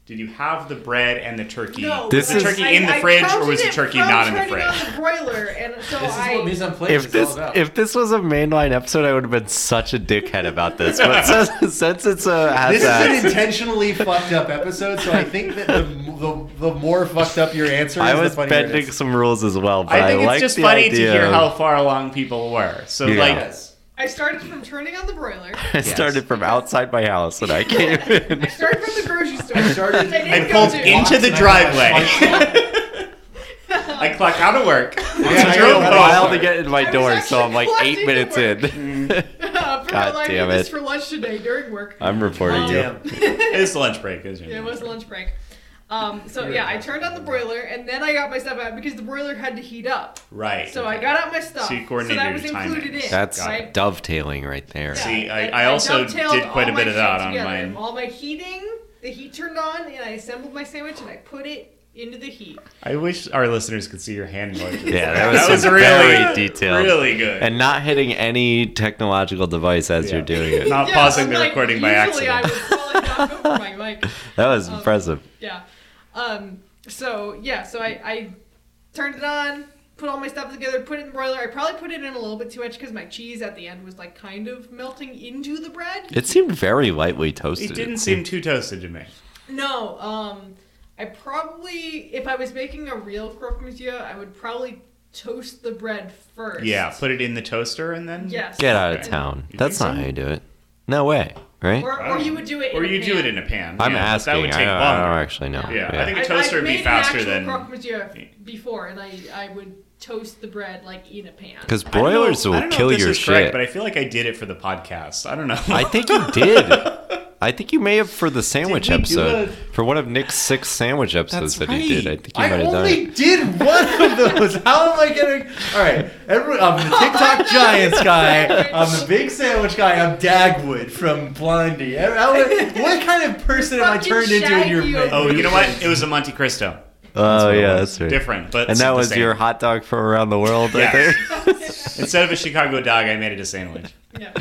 [SPEAKER 3] Did you have the bread and the turkey?
[SPEAKER 4] no.
[SPEAKER 2] This is-
[SPEAKER 3] was the turkey in the
[SPEAKER 4] I- I
[SPEAKER 3] fridge, or
[SPEAKER 4] counted
[SPEAKER 3] was the
[SPEAKER 4] it
[SPEAKER 3] turkey
[SPEAKER 4] from
[SPEAKER 3] not in the
[SPEAKER 4] turning
[SPEAKER 3] fridge?
[SPEAKER 4] on the broiler, and so
[SPEAKER 1] This is
[SPEAKER 4] I.
[SPEAKER 1] what mise en place [laughs]
[SPEAKER 2] If
[SPEAKER 1] is
[SPEAKER 2] this
[SPEAKER 1] all about.
[SPEAKER 2] if this was a mainline episode, I would have been such a dickhead about this. But since, since it's a has
[SPEAKER 1] this is
[SPEAKER 2] that,
[SPEAKER 1] an intentionally fucked up episode, so I think that the, the, the more fucked up your answer is,
[SPEAKER 2] I was
[SPEAKER 1] the funnier it
[SPEAKER 2] bending
[SPEAKER 1] is.
[SPEAKER 2] some rules as well. But
[SPEAKER 3] I
[SPEAKER 2] I,
[SPEAKER 3] think it's
[SPEAKER 2] like
[SPEAKER 3] just
[SPEAKER 2] the
[SPEAKER 3] funny to
[SPEAKER 2] idea
[SPEAKER 3] hear
[SPEAKER 2] of- [laughs]
[SPEAKER 3] how far along people were. So
[SPEAKER 2] Yeah.
[SPEAKER 3] like,
[SPEAKER 1] Yes.
[SPEAKER 4] I started from turning on the broiler.
[SPEAKER 2] I started from outside my house and I came in.
[SPEAKER 4] I started from the grocery store. [laughs]
[SPEAKER 1] started-
[SPEAKER 4] which I didn't
[SPEAKER 3] I
[SPEAKER 1] And
[SPEAKER 4] go
[SPEAKER 3] pulled
[SPEAKER 4] to.
[SPEAKER 3] into the
[SPEAKER 1] Lots and I got
[SPEAKER 3] driveway.
[SPEAKER 1] my
[SPEAKER 3] I clock out
[SPEAKER 4] [laughs]
[SPEAKER 3] of
[SPEAKER 2] It
[SPEAKER 3] work.
[SPEAKER 2] took me a
[SPEAKER 1] drove
[SPEAKER 2] while
[SPEAKER 1] home.
[SPEAKER 2] to get in my
[SPEAKER 4] I was
[SPEAKER 2] door, so I'm
[SPEAKER 4] actually
[SPEAKER 2] like eight
[SPEAKER 4] collecting
[SPEAKER 2] minutes
[SPEAKER 4] the work.
[SPEAKER 2] in.
[SPEAKER 4] God
[SPEAKER 2] God
[SPEAKER 4] I
[SPEAKER 2] damn
[SPEAKER 4] did this
[SPEAKER 2] it. Uh,
[SPEAKER 4] for lunch today during work.
[SPEAKER 2] [laughs] I'm reporting
[SPEAKER 4] Oh.
[SPEAKER 2] you.
[SPEAKER 1] Damn. [laughs]
[SPEAKER 3] It's lunch break, isn't it?
[SPEAKER 4] Yeah, it was lunch break. Um, so yeah, I turned on the broiler and then I got my stuff out because the broiler had to heat up.
[SPEAKER 3] Right.
[SPEAKER 4] So I got out my stuff.
[SPEAKER 3] So you coordinated
[SPEAKER 4] that was
[SPEAKER 3] your timing.
[SPEAKER 4] included in.
[SPEAKER 2] That's
[SPEAKER 4] right?
[SPEAKER 2] dovetailing right there.
[SPEAKER 4] Yeah,
[SPEAKER 3] See, I-
[SPEAKER 4] and
[SPEAKER 3] I also
[SPEAKER 4] dovetailed
[SPEAKER 3] did quite
[SPEAKER 4] all
[SPEAKER 3] a bit
[SPEAKER 4] my
[SPEAKER 3] of that
[SPEAKER 4] shit
[SPEAKER 3] on
[SPEAKER 4] together.
[SPEAKER 3] mine.
[SPEAKER 4] All my heating, the heat turned on, and I assembled my sandwich and I put it into the heat.
[SPEAKER 3] I wish our listeners could see your hand motions.
[SPEAKER 2] Yeah, that was, some very detailed.
[SPEAKER 3] Really good.
[SPEAKER 2] And not hitting any technological device as
[SPEAKER 3] Yeah.
[SPEAKER 2] you're doing it.
[SPEAKER 3] [laughs] Not
[SPEAKER 4] Yeah,
[SPEAKER 3] pausing the
[SPEAKER 4] unlike
[SPEAKER 3] recording by
[SPEAKER 4] usually
[SPEAKER 3] accident.
[SPEAKER 4] I would probably knock over my
[SPEAKER 3] [laughs]
[SPEAKER 4] mic.
[SPEAKER 2] That was impressive.
[SPEAKER 4] Yeah. Um, so yeah, so I, I turned it on, put all my stuff together, put it in the broiler. I probably put it in a little bit too much because my cheese at the end was like kind of melting into the bread.
[SPEAKER 2] It seemed very lightly toasted.
[SPEAKER 3] It didn't seem too toasted to me.
[SPEAKER 4] No, um, I probably if I was making a real croque monsieur, I would probably toast the bread first.
[SPEAKER 3] Yeah, put it in the toaster and then.
[SPEAKER 4] Yes.
[SPEAKER 2] Get out of
[SPEAKER 3] Okay.
[SPEAKER 2] town.
[SPEAKER 3] You
[SPEAKER 2] That's
[SPEAKER 3] think
[SPEAKER 2] not
[SPEAKER 3] so?
[SPEAKER 2] how you do it. No way, right?
[SPEAKER 4] Or, or you would do it.
[SPEAKER 3] Or
[SPEAKER 4] in
[SPEAKER 3] you
[SPEAKER 4] a
[SPEAKER 3] do
[SPEAKER 4] pan.
[SPEAKER 3] it in a pan.
[SPEAKER 2] I'm
[SPEAKER 3] yeah, but
[SPEAKER 2] asking.
[SPEAKER 3] That would
[SPEAKER 2] I,
[SPEAKER 3] take
[SPEAKER 2] don't, I don't
[SPEAKER 3] longer.
[SPEAKER 2] actually know.
[SPEAKER 3] Yeah, I think
[SPEAKER 4] I've-
[SPEAKER 3] a toaster
[SPEAKER 4] I've
[SPEAKER 3] would be
[SPEAKER 4] made an
[SPEAKER 3] faster
[SPEAKER 4] actual
[SPEAKER 3] than.
[SPEAKER 4] croque monsieur before, and I I would toast the bread like in a
[SPEAKER 2] [laughs]
[SPEAKER 4] pan.
[SPEAKER 2] Because
[SPEAKER 3] I don't know-
[SPEAKER 2] broilers
[SPEAKER 3] I
[SPEAKER 2] will
[SPEAKER 3] don't know
[SPEAKER 2] kill
[SPEAKER 3] if this
[SPEAKER 2] your
[SPEAKER 3] is correct,
[SPEAKER 2] shit.
[SPEAKER 3] but I feel like I did it for the podcast. I don't know.
[SPEAKER 2] I think you did. I think you may have for the sandwich
[SPEAKER 3] we do
[SPEAKER 2] episode.
[SPEAKER 3] a-
[SPEAKER 2] For one of Nick's six sandwich episodes
[SPEAKER 3] That's
[SPEAKER 2] that he did. I
[SPEAKER 3] right.
[SPEAKER 2] think you
[SPEAKER 1] I
[SPEAKER 2] might have done
[SPEAKER 1] only
[SPEAKER 2] it.
[SPEAKER 1] did one of those. How am I getting? All right, everyone. I'm
[SPEAKER 4] [laughs]
[SPEAKER 1] the TikTok Giants guy. I'm the big sandwich guy. I'm Dagwood from Blondie. Every- how- what kind of person am I
[SPEAKER 4] Fucking
[SPEAKER 1] turned into in your?
[SPEAKER 4] shaggy
[SPEAKER 1] mind?
[SPEAKER 3] [laughs] oh, you know what? It was a Monte Cristo.
[SPEAKER 2] Oh,
[SPEAKER 3] what it
[SPEAKER 2] yeah,
[SPEAKER 3] was.
[SPEAKER 2] that's right.
[SPEAKER 3] Different, but
[SPEAKER 2] And that
[SPEAKER 3] the
[SPEAKER 2] was
[SPEAKER 3] same.
[SPEAKER 2] your hot dog from around the world, I
[SPEAKER 3] Yes.
[SPEAKER 2] think.
[SPEAKER 3] Instead of a Chicago dog, I made it a sandwich.
[SPEAKER 4] [laughs] Yeah.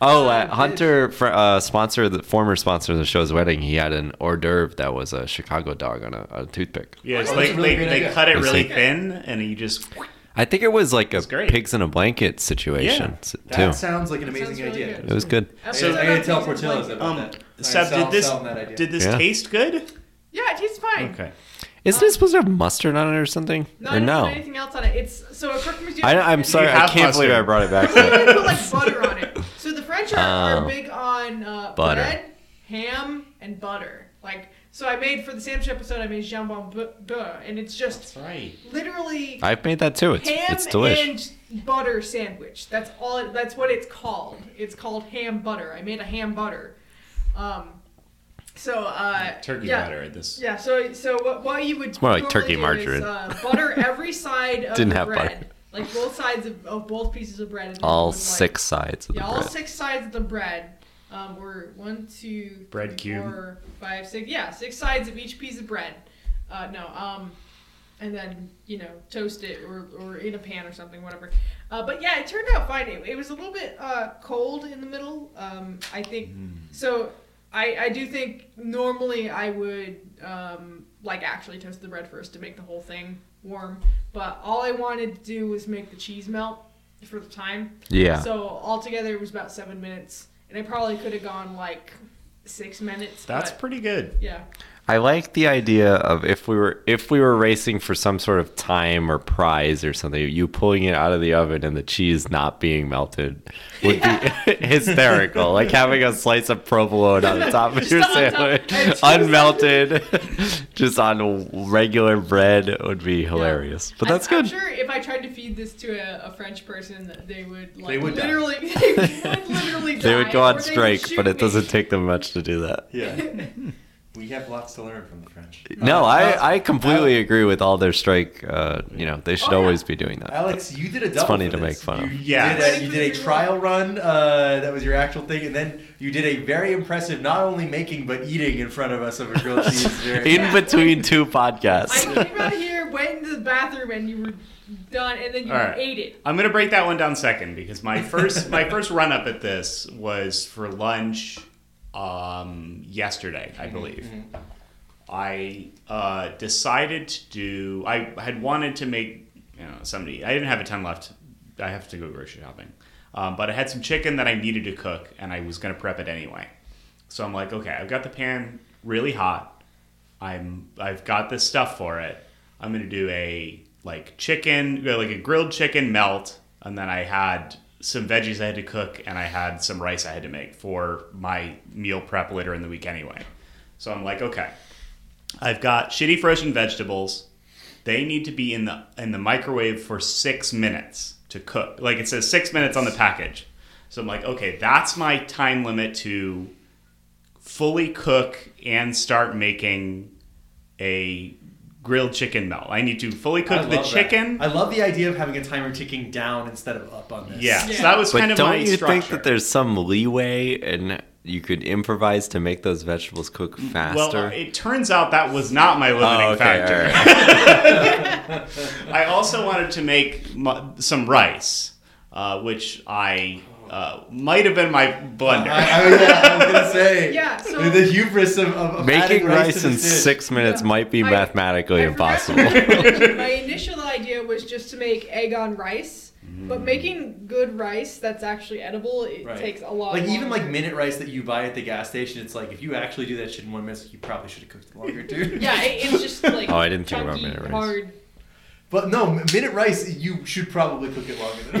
[SPEAKER 2] Oh, at Hunter, fr- uh, sponsor, the former sponsor of the show's wedding, he had an hors d'oeuvre that was a Chicago dog on a, a toothpick.
[SPEAKER 3] Yeah, it's
[SPEAKER 1] Oh,
[SPEAKER 3] like
[SPEAKER 1] that's a really
[SPEAKER 3] they,
[SPEAKER 1] good
[SPEAKER 3] they
[SPEAKER 1] idea.
[SPEAKER 3] cut it
[SPEAKER 2] I
[SPEAKER 3] really
[SPEAKER 2] see.
[SPEAKER 3] thin, and you just
[SPEAKER 2] I think it was like a
[SPEAKER 3] great.
[SPEAKER 2] pigs in a blanket situation,
[SPEAKER 3] Yeah.
[SPEAKER 2] s- too.
[SPEAKER 1] That sounds like an amazing
[SPEAKER 4] sounds really
[SPEAKER 1] idea.
[SPEAKER 4] good.
[SPEAKER 2] it was good.
[SPEAKER 1] So I need to tell Portillo's about
[SPEAKER 3] um.
[SPEAKER 1] that. I
[SPEAKER 3] Seb,
[SPEAKER 1] sell-
[SPEAKER 3] did this
[SPEAKER 1] sell him that idea.
[SPEAKER 3] did this
[SPEAKER 2] Yeah.
[SPEAKER 3] taste good?
[SPEAKER 4] Yeah, it tastes fine.
[SPEAKER 3] Okay.
[SPEAKER 2] Isn't it supposed to have mustard on it or something?
[SPEAKER 4] No,
[SPEAKER 2] or
[SPEAKER 4] I didn't
[SPEAKER 2] no?
[SPEAKER 4] put anything else on it. It's so a croque monsieur.
[SPEAKER 2] I,
[SPEAKER 4] [laughs]
[SPEAKER 2] I'm sorry.
[SPEAKER 3] You
[SPEAKER 2] I
[SPEAKER 3] have
[SPEAKER 2] can't believe I
[SPEAKER 3] mustard.
[SPEAKER 2] brought it back.
[SPEAKER 4] They [laughs]
[SPEAKER 2] to-
[SPEAKER 4] didn't put like butter on it. So the French are,
[SPEAKER 2] Oh.
[SPEAKER 4] are big on uh,
[SPEAKER 2] Butter.
[SPEAKER 4] bread, ham, and butter. Like so, I made for the sandwich episode. I made jambon beurre, and it's just
[SPEAKER 3] right.
[SPEAKER 4] literally
[SPEAKER 2] I've made that too. It's,
[SPEAKER 4] ham
[SPEAKER 2] it's delish.
[SPEAKER 4] and butter sandwich. That's all. It, that's what it's called. It's called ham butter. I made a ham butter. Um, so uh,
[SPEAKER 3] Turkey
[SPEAKER 4] yeah,
[SPEAKER 3] butter at this.
[SPEAKER 4] Yeah, so so what, what you would it's
[SPEAKER 2] more like turkey margarine.
[SPEAKER 4] uh, butter
[SPEAKER 2] [laughs]
[SPEAKER 4] every side of
[SPEAKER 2] Didn't
[SPEAKER 4] the
[SPEAKER 2] have
[SPEAKER 4] bread,
[SPEAKER 2] butter.
[SPEAKER 4] like both sides of, of both pieces of bread. and
[SPEAKER 2] All
[SPEAKER 4] like-
[SPEAKER 2] six sides of the
[SPEAKER 4] yeah, all
[SPEAKER 2] bread.
[SPEAKER 4] six sides of the bread. Um, were one, two,
[SPEAKER 3] Bread
[SPEAKER 4] three,
[SPEAKER 3] cube.
[SPEAKER 4] four, five, six. Yeah, six sides of each piece of bread. Uh, no, um, and then you know toast it or, or in a pan or something, whatever. Uh, but yeah, it turned out fine. It, it was a little bit uh, cold in the middle. Um, I think
[SPEAKER 2] Mm.
[SPEAKER 4] so. I, I do think normally I would um, like actually toast the bread first to make the whole thing warm, but all I wanted to do was make the cheese melt for the time.
[SPEAKER 2] Yeah.
[SPEAKER 4] So altogether it was about seven minutes, and I probably could have gone like six minutes.
[SPEAKER 3] That's
[SPEAKER 4] but,
[SPEAKER 3] pretty good.
[SPEAKER 4] yeah.
[SPEAKER 2] I like the idea of if we were if we were racing for some sort of time or prize or something, you pulling it out of the oven and the cheese not being melted would be [laughs] hysterical. like having a slice of provolone on the
[SPEAKER 4] [laughs]
[SPEAKER 2] top of your
[SPEAKER 4] Just on top.
[SPEAKER 2] sandwich,
[SPEAKER 4] And cheese. [laughs]
[SPEAKER 2] unmelted, [laughs] just on regular bread would be hilarious. But
[SPEAKER 4] I'm-
[SPEAKER 2] that's good.
[SPEAKER 4] I'm sure if I tried to feed this to a, a French person, that they would like
[SPEAKER 1] They would die.
[SPEAKER 4] literally, [laughs] they would literally die.
[SPEAKER 2] They would go
[SPEAKER 4] or
[SPEAKER 2] on
[SPEAKER 4] they would
[SPEAKER 2] strike,
[SPEAKER 4] shoot
[SPEAKER 2] but it
[SPEAKER 4] me.
[SPEAKER 2] doesn't take them much to do that.
[SPEAKER 1] [laughs] Yeah. we have lots to learn from the French.
[SPEAKER 2] No,
[SPEAKER 1] Alex-
[SPEAKER 2] I, I completely agree with all their strike. Uh, you know, they should
[SPEAKER 4] Oh, yeah.
[SPEAKER 2] always be doing that.
[SPEAKER 1] Alex, you did a double.
[SPEAKER 2] funny
[SPEAKER 1] for
[SPEAKER 2] to
[SPEAKER 1] this.
[SPEAKER 2] make fun of.
[SPEAKER 1] You
[SPEAKER 3] Yeah.
[SPEAKER 1] did a, you did a trial run. Uh, that was your actual thing, and then you did a very impressive, not only making but eating in front of us of a grilled
[SPEAKER 2] [laughs]
[SPEAKER 1] cheese. Very-
[SPEAKER 2] in between
[SPEAKER 4] [laughs]
[SPEAKER 2] two
[SPEAKER 4] I
[SPEAKER 2] podcasts.
[SPEAKER 4] came out of here, went into the bathroom, and you were done, and then you
[SPEAKER 3] All right.
[SPEAKER 4] ate it.
[SPEAKER 3] I'm gonna break that one down second because my first my first run up at this was for lunch um, yesterday, I believe. I uh, decided to do. I had wanted to make you know somebody. I didn't have a ton left. I have to go grocery shopping, um, but I had some chicken that I needed to cook, and I was gonna prep it anyway. So I'm like, okay, I've got the pan really hot. I'm I've got this stuff for it. I'm gonna do a like chicken, uh, like a grilled chicken melt, and then I had some veggies I had to cook, and I had some rice I had to make for my meal prep later in the week anyway. So I'm like, okay, I've got shitty frozen vegetables. They need to be in the in the microwave for six minutes to cook. Like it says six minutes on the package. So I'm like, okay, that's my time limit to fully cook and start making a grilled chicken melt. I need to fully
[SPEAKER 1] I
[SPEAKER 3] cook
[SPEAKER 1] love
[SPEAKER 3] the
[SPEAKER 1] that.
[SPEAKER 3] chicken.
[SPEAKER 1] I love the idea of having a timer ticking down instead of up on this.
[SPEAKER 3] Yeah.
[SPEAKER 4] Yeah.
[SPEAKER 3] So that was
[SPEAKER 2] But
[SPEAKER 3] kind of my
[SPEAKER 2] don't you
[SPEAKER 3] structure.
[SPEAKER 2] think that there's some leeway and you could improvise to make those vegetables cook
[SPEAKER 3] well,
[SPEAKER 2] faster?
[SPEAKER 3] uh, it turns out that was not my limiting
[SPEAKER 2] Oh, okay,
[SPEAKER 3] factor.
[SPEAKER 2] all right.
[SPEAKER 3] I also wanted to make mu- some rice, uh, which I uh, might have been my blunder.
[SPEAKER 2] Uh-huh.
[SPEAKER 1] I, I, yeah, I was gonna say.
[SPEAKER 4] Yeah, so-
[SPEAKER 1] the hubris of, of, of
[SPEAKER 2] Making
[SPEAKER 1] adding rice,
[SPEAKER 2] rice
[SPEAKER 1] to
[SPEAKER 2] in
[SPEAKER 1] this dish.
[SPEAKER 2] six minutes
[SPEAKER 4] Yeah.
[SPEAKER 2] might be
[SPEAKER 4] I-
[SPEAKER 2] mathematically
[SPEAKER 4] I forgot to
[SPEAKER 2] impossible.
[SPEAKER 4] [laughs] mention,
[SPEAKER 2] [laughs]
[SPEAKER 4] my initial idea was just to make egg on rice, but making good rice that's actually edible it
[SPEAKER 1] Mm. Right.
[SPEAKER 4] takes a lot.
[SPEAKER 1] Like even
[SPEAKER 4] longer.
[SPEAKER 1] like minute rice that you buy at the gas station, it's like if you actually do that shit in one minute, you probably should have cooked it longer, dude.
[SPEAKER 4] yeah, it, it's just like
[SPEAKER 2] Oh, I didn't think about
[SPEAKER 4] chunky,
[SPEAKER 2] minute rice.
[SPEAKER 4] hard.
[SPEAKER 1] But no, m- minute rice, you should probably cook it longer than
[SPEAKER 2] [laughs]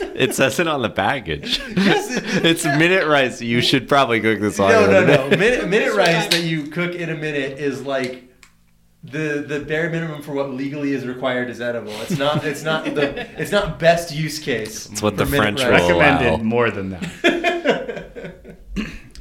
[SPEAKER 4] [laughs]
[SPEAKER 2] it says it on the package.
[SPEAKER 1] Yes, it-
[SPEAKER 2] [laughs] it's minute rice. You should probably cook this longer.
[SPEAKER 1] No, no,
[SPEAKER 2] than
[SPEAKER 1] no.
[SPEAKER 2] that.
[SPEAKER 1] Minute, minute
[SPEAKER 4] Mr.
[SPEAKER 1] rice
[SPEAKER 4] Mac.
[SPEAKER 1] that you cook in a minute is like the the bare minimum for what legally is required is edible. It's not. It's not
[SPEAKER 3] [laughs]
[SPEAKER 1] the. It's not best use case.
[SPEAKER 2] It's what
[SPEAKER 1] for
[SPEAKER 2] the
[SPEAKER 1] minute
[SPEAKER 2] French
[SPEAKER 1] rice.
[SPEAKER 2] will allow.
[SPEAKER 3] recommended more than that. [clears throat]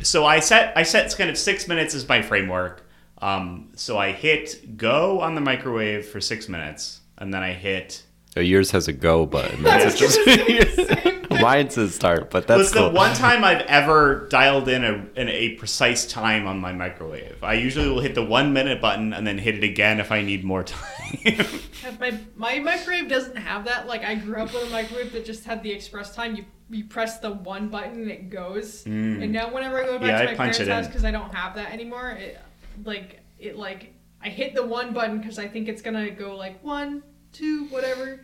[SPEAKER 3] so I set I set kind of six minutes as my framework. Um, so I hit go on the microwave for six minutes, and then I hit.
[SPEAKER 2] Oh, yours has a go button. That's
[SPEAKER 4] was
[SPEAKER 2] just [laughs] mine says start, but that's
[SPEAKER 3] was
[SPEAKER 2] cool.
[SPEAKER 3] the one time I've ever dialed in a, in a precise time on my microwave. I usually will hit the one minute button and then hit it again if I need more time. [laughs]
[SPEAKER 4] Have My my microwave doesn't have that. Like I grew up with a microwave that just had the express time. You you press the one button and it goes. And now whenever I go back
[SPEAKER 3] Yeah, I
[SPEAKER 4] to my
[SPEAKER 3] punch
[SPEAKER 4] parents'
[SPEAKER 3] it
[SPEAKER 4] house
[SPEAKER 3] in.
[SPEAKER 4] because I don't have that anymore, it like it like I hit the one button because I think it's gonna go like one two whatever,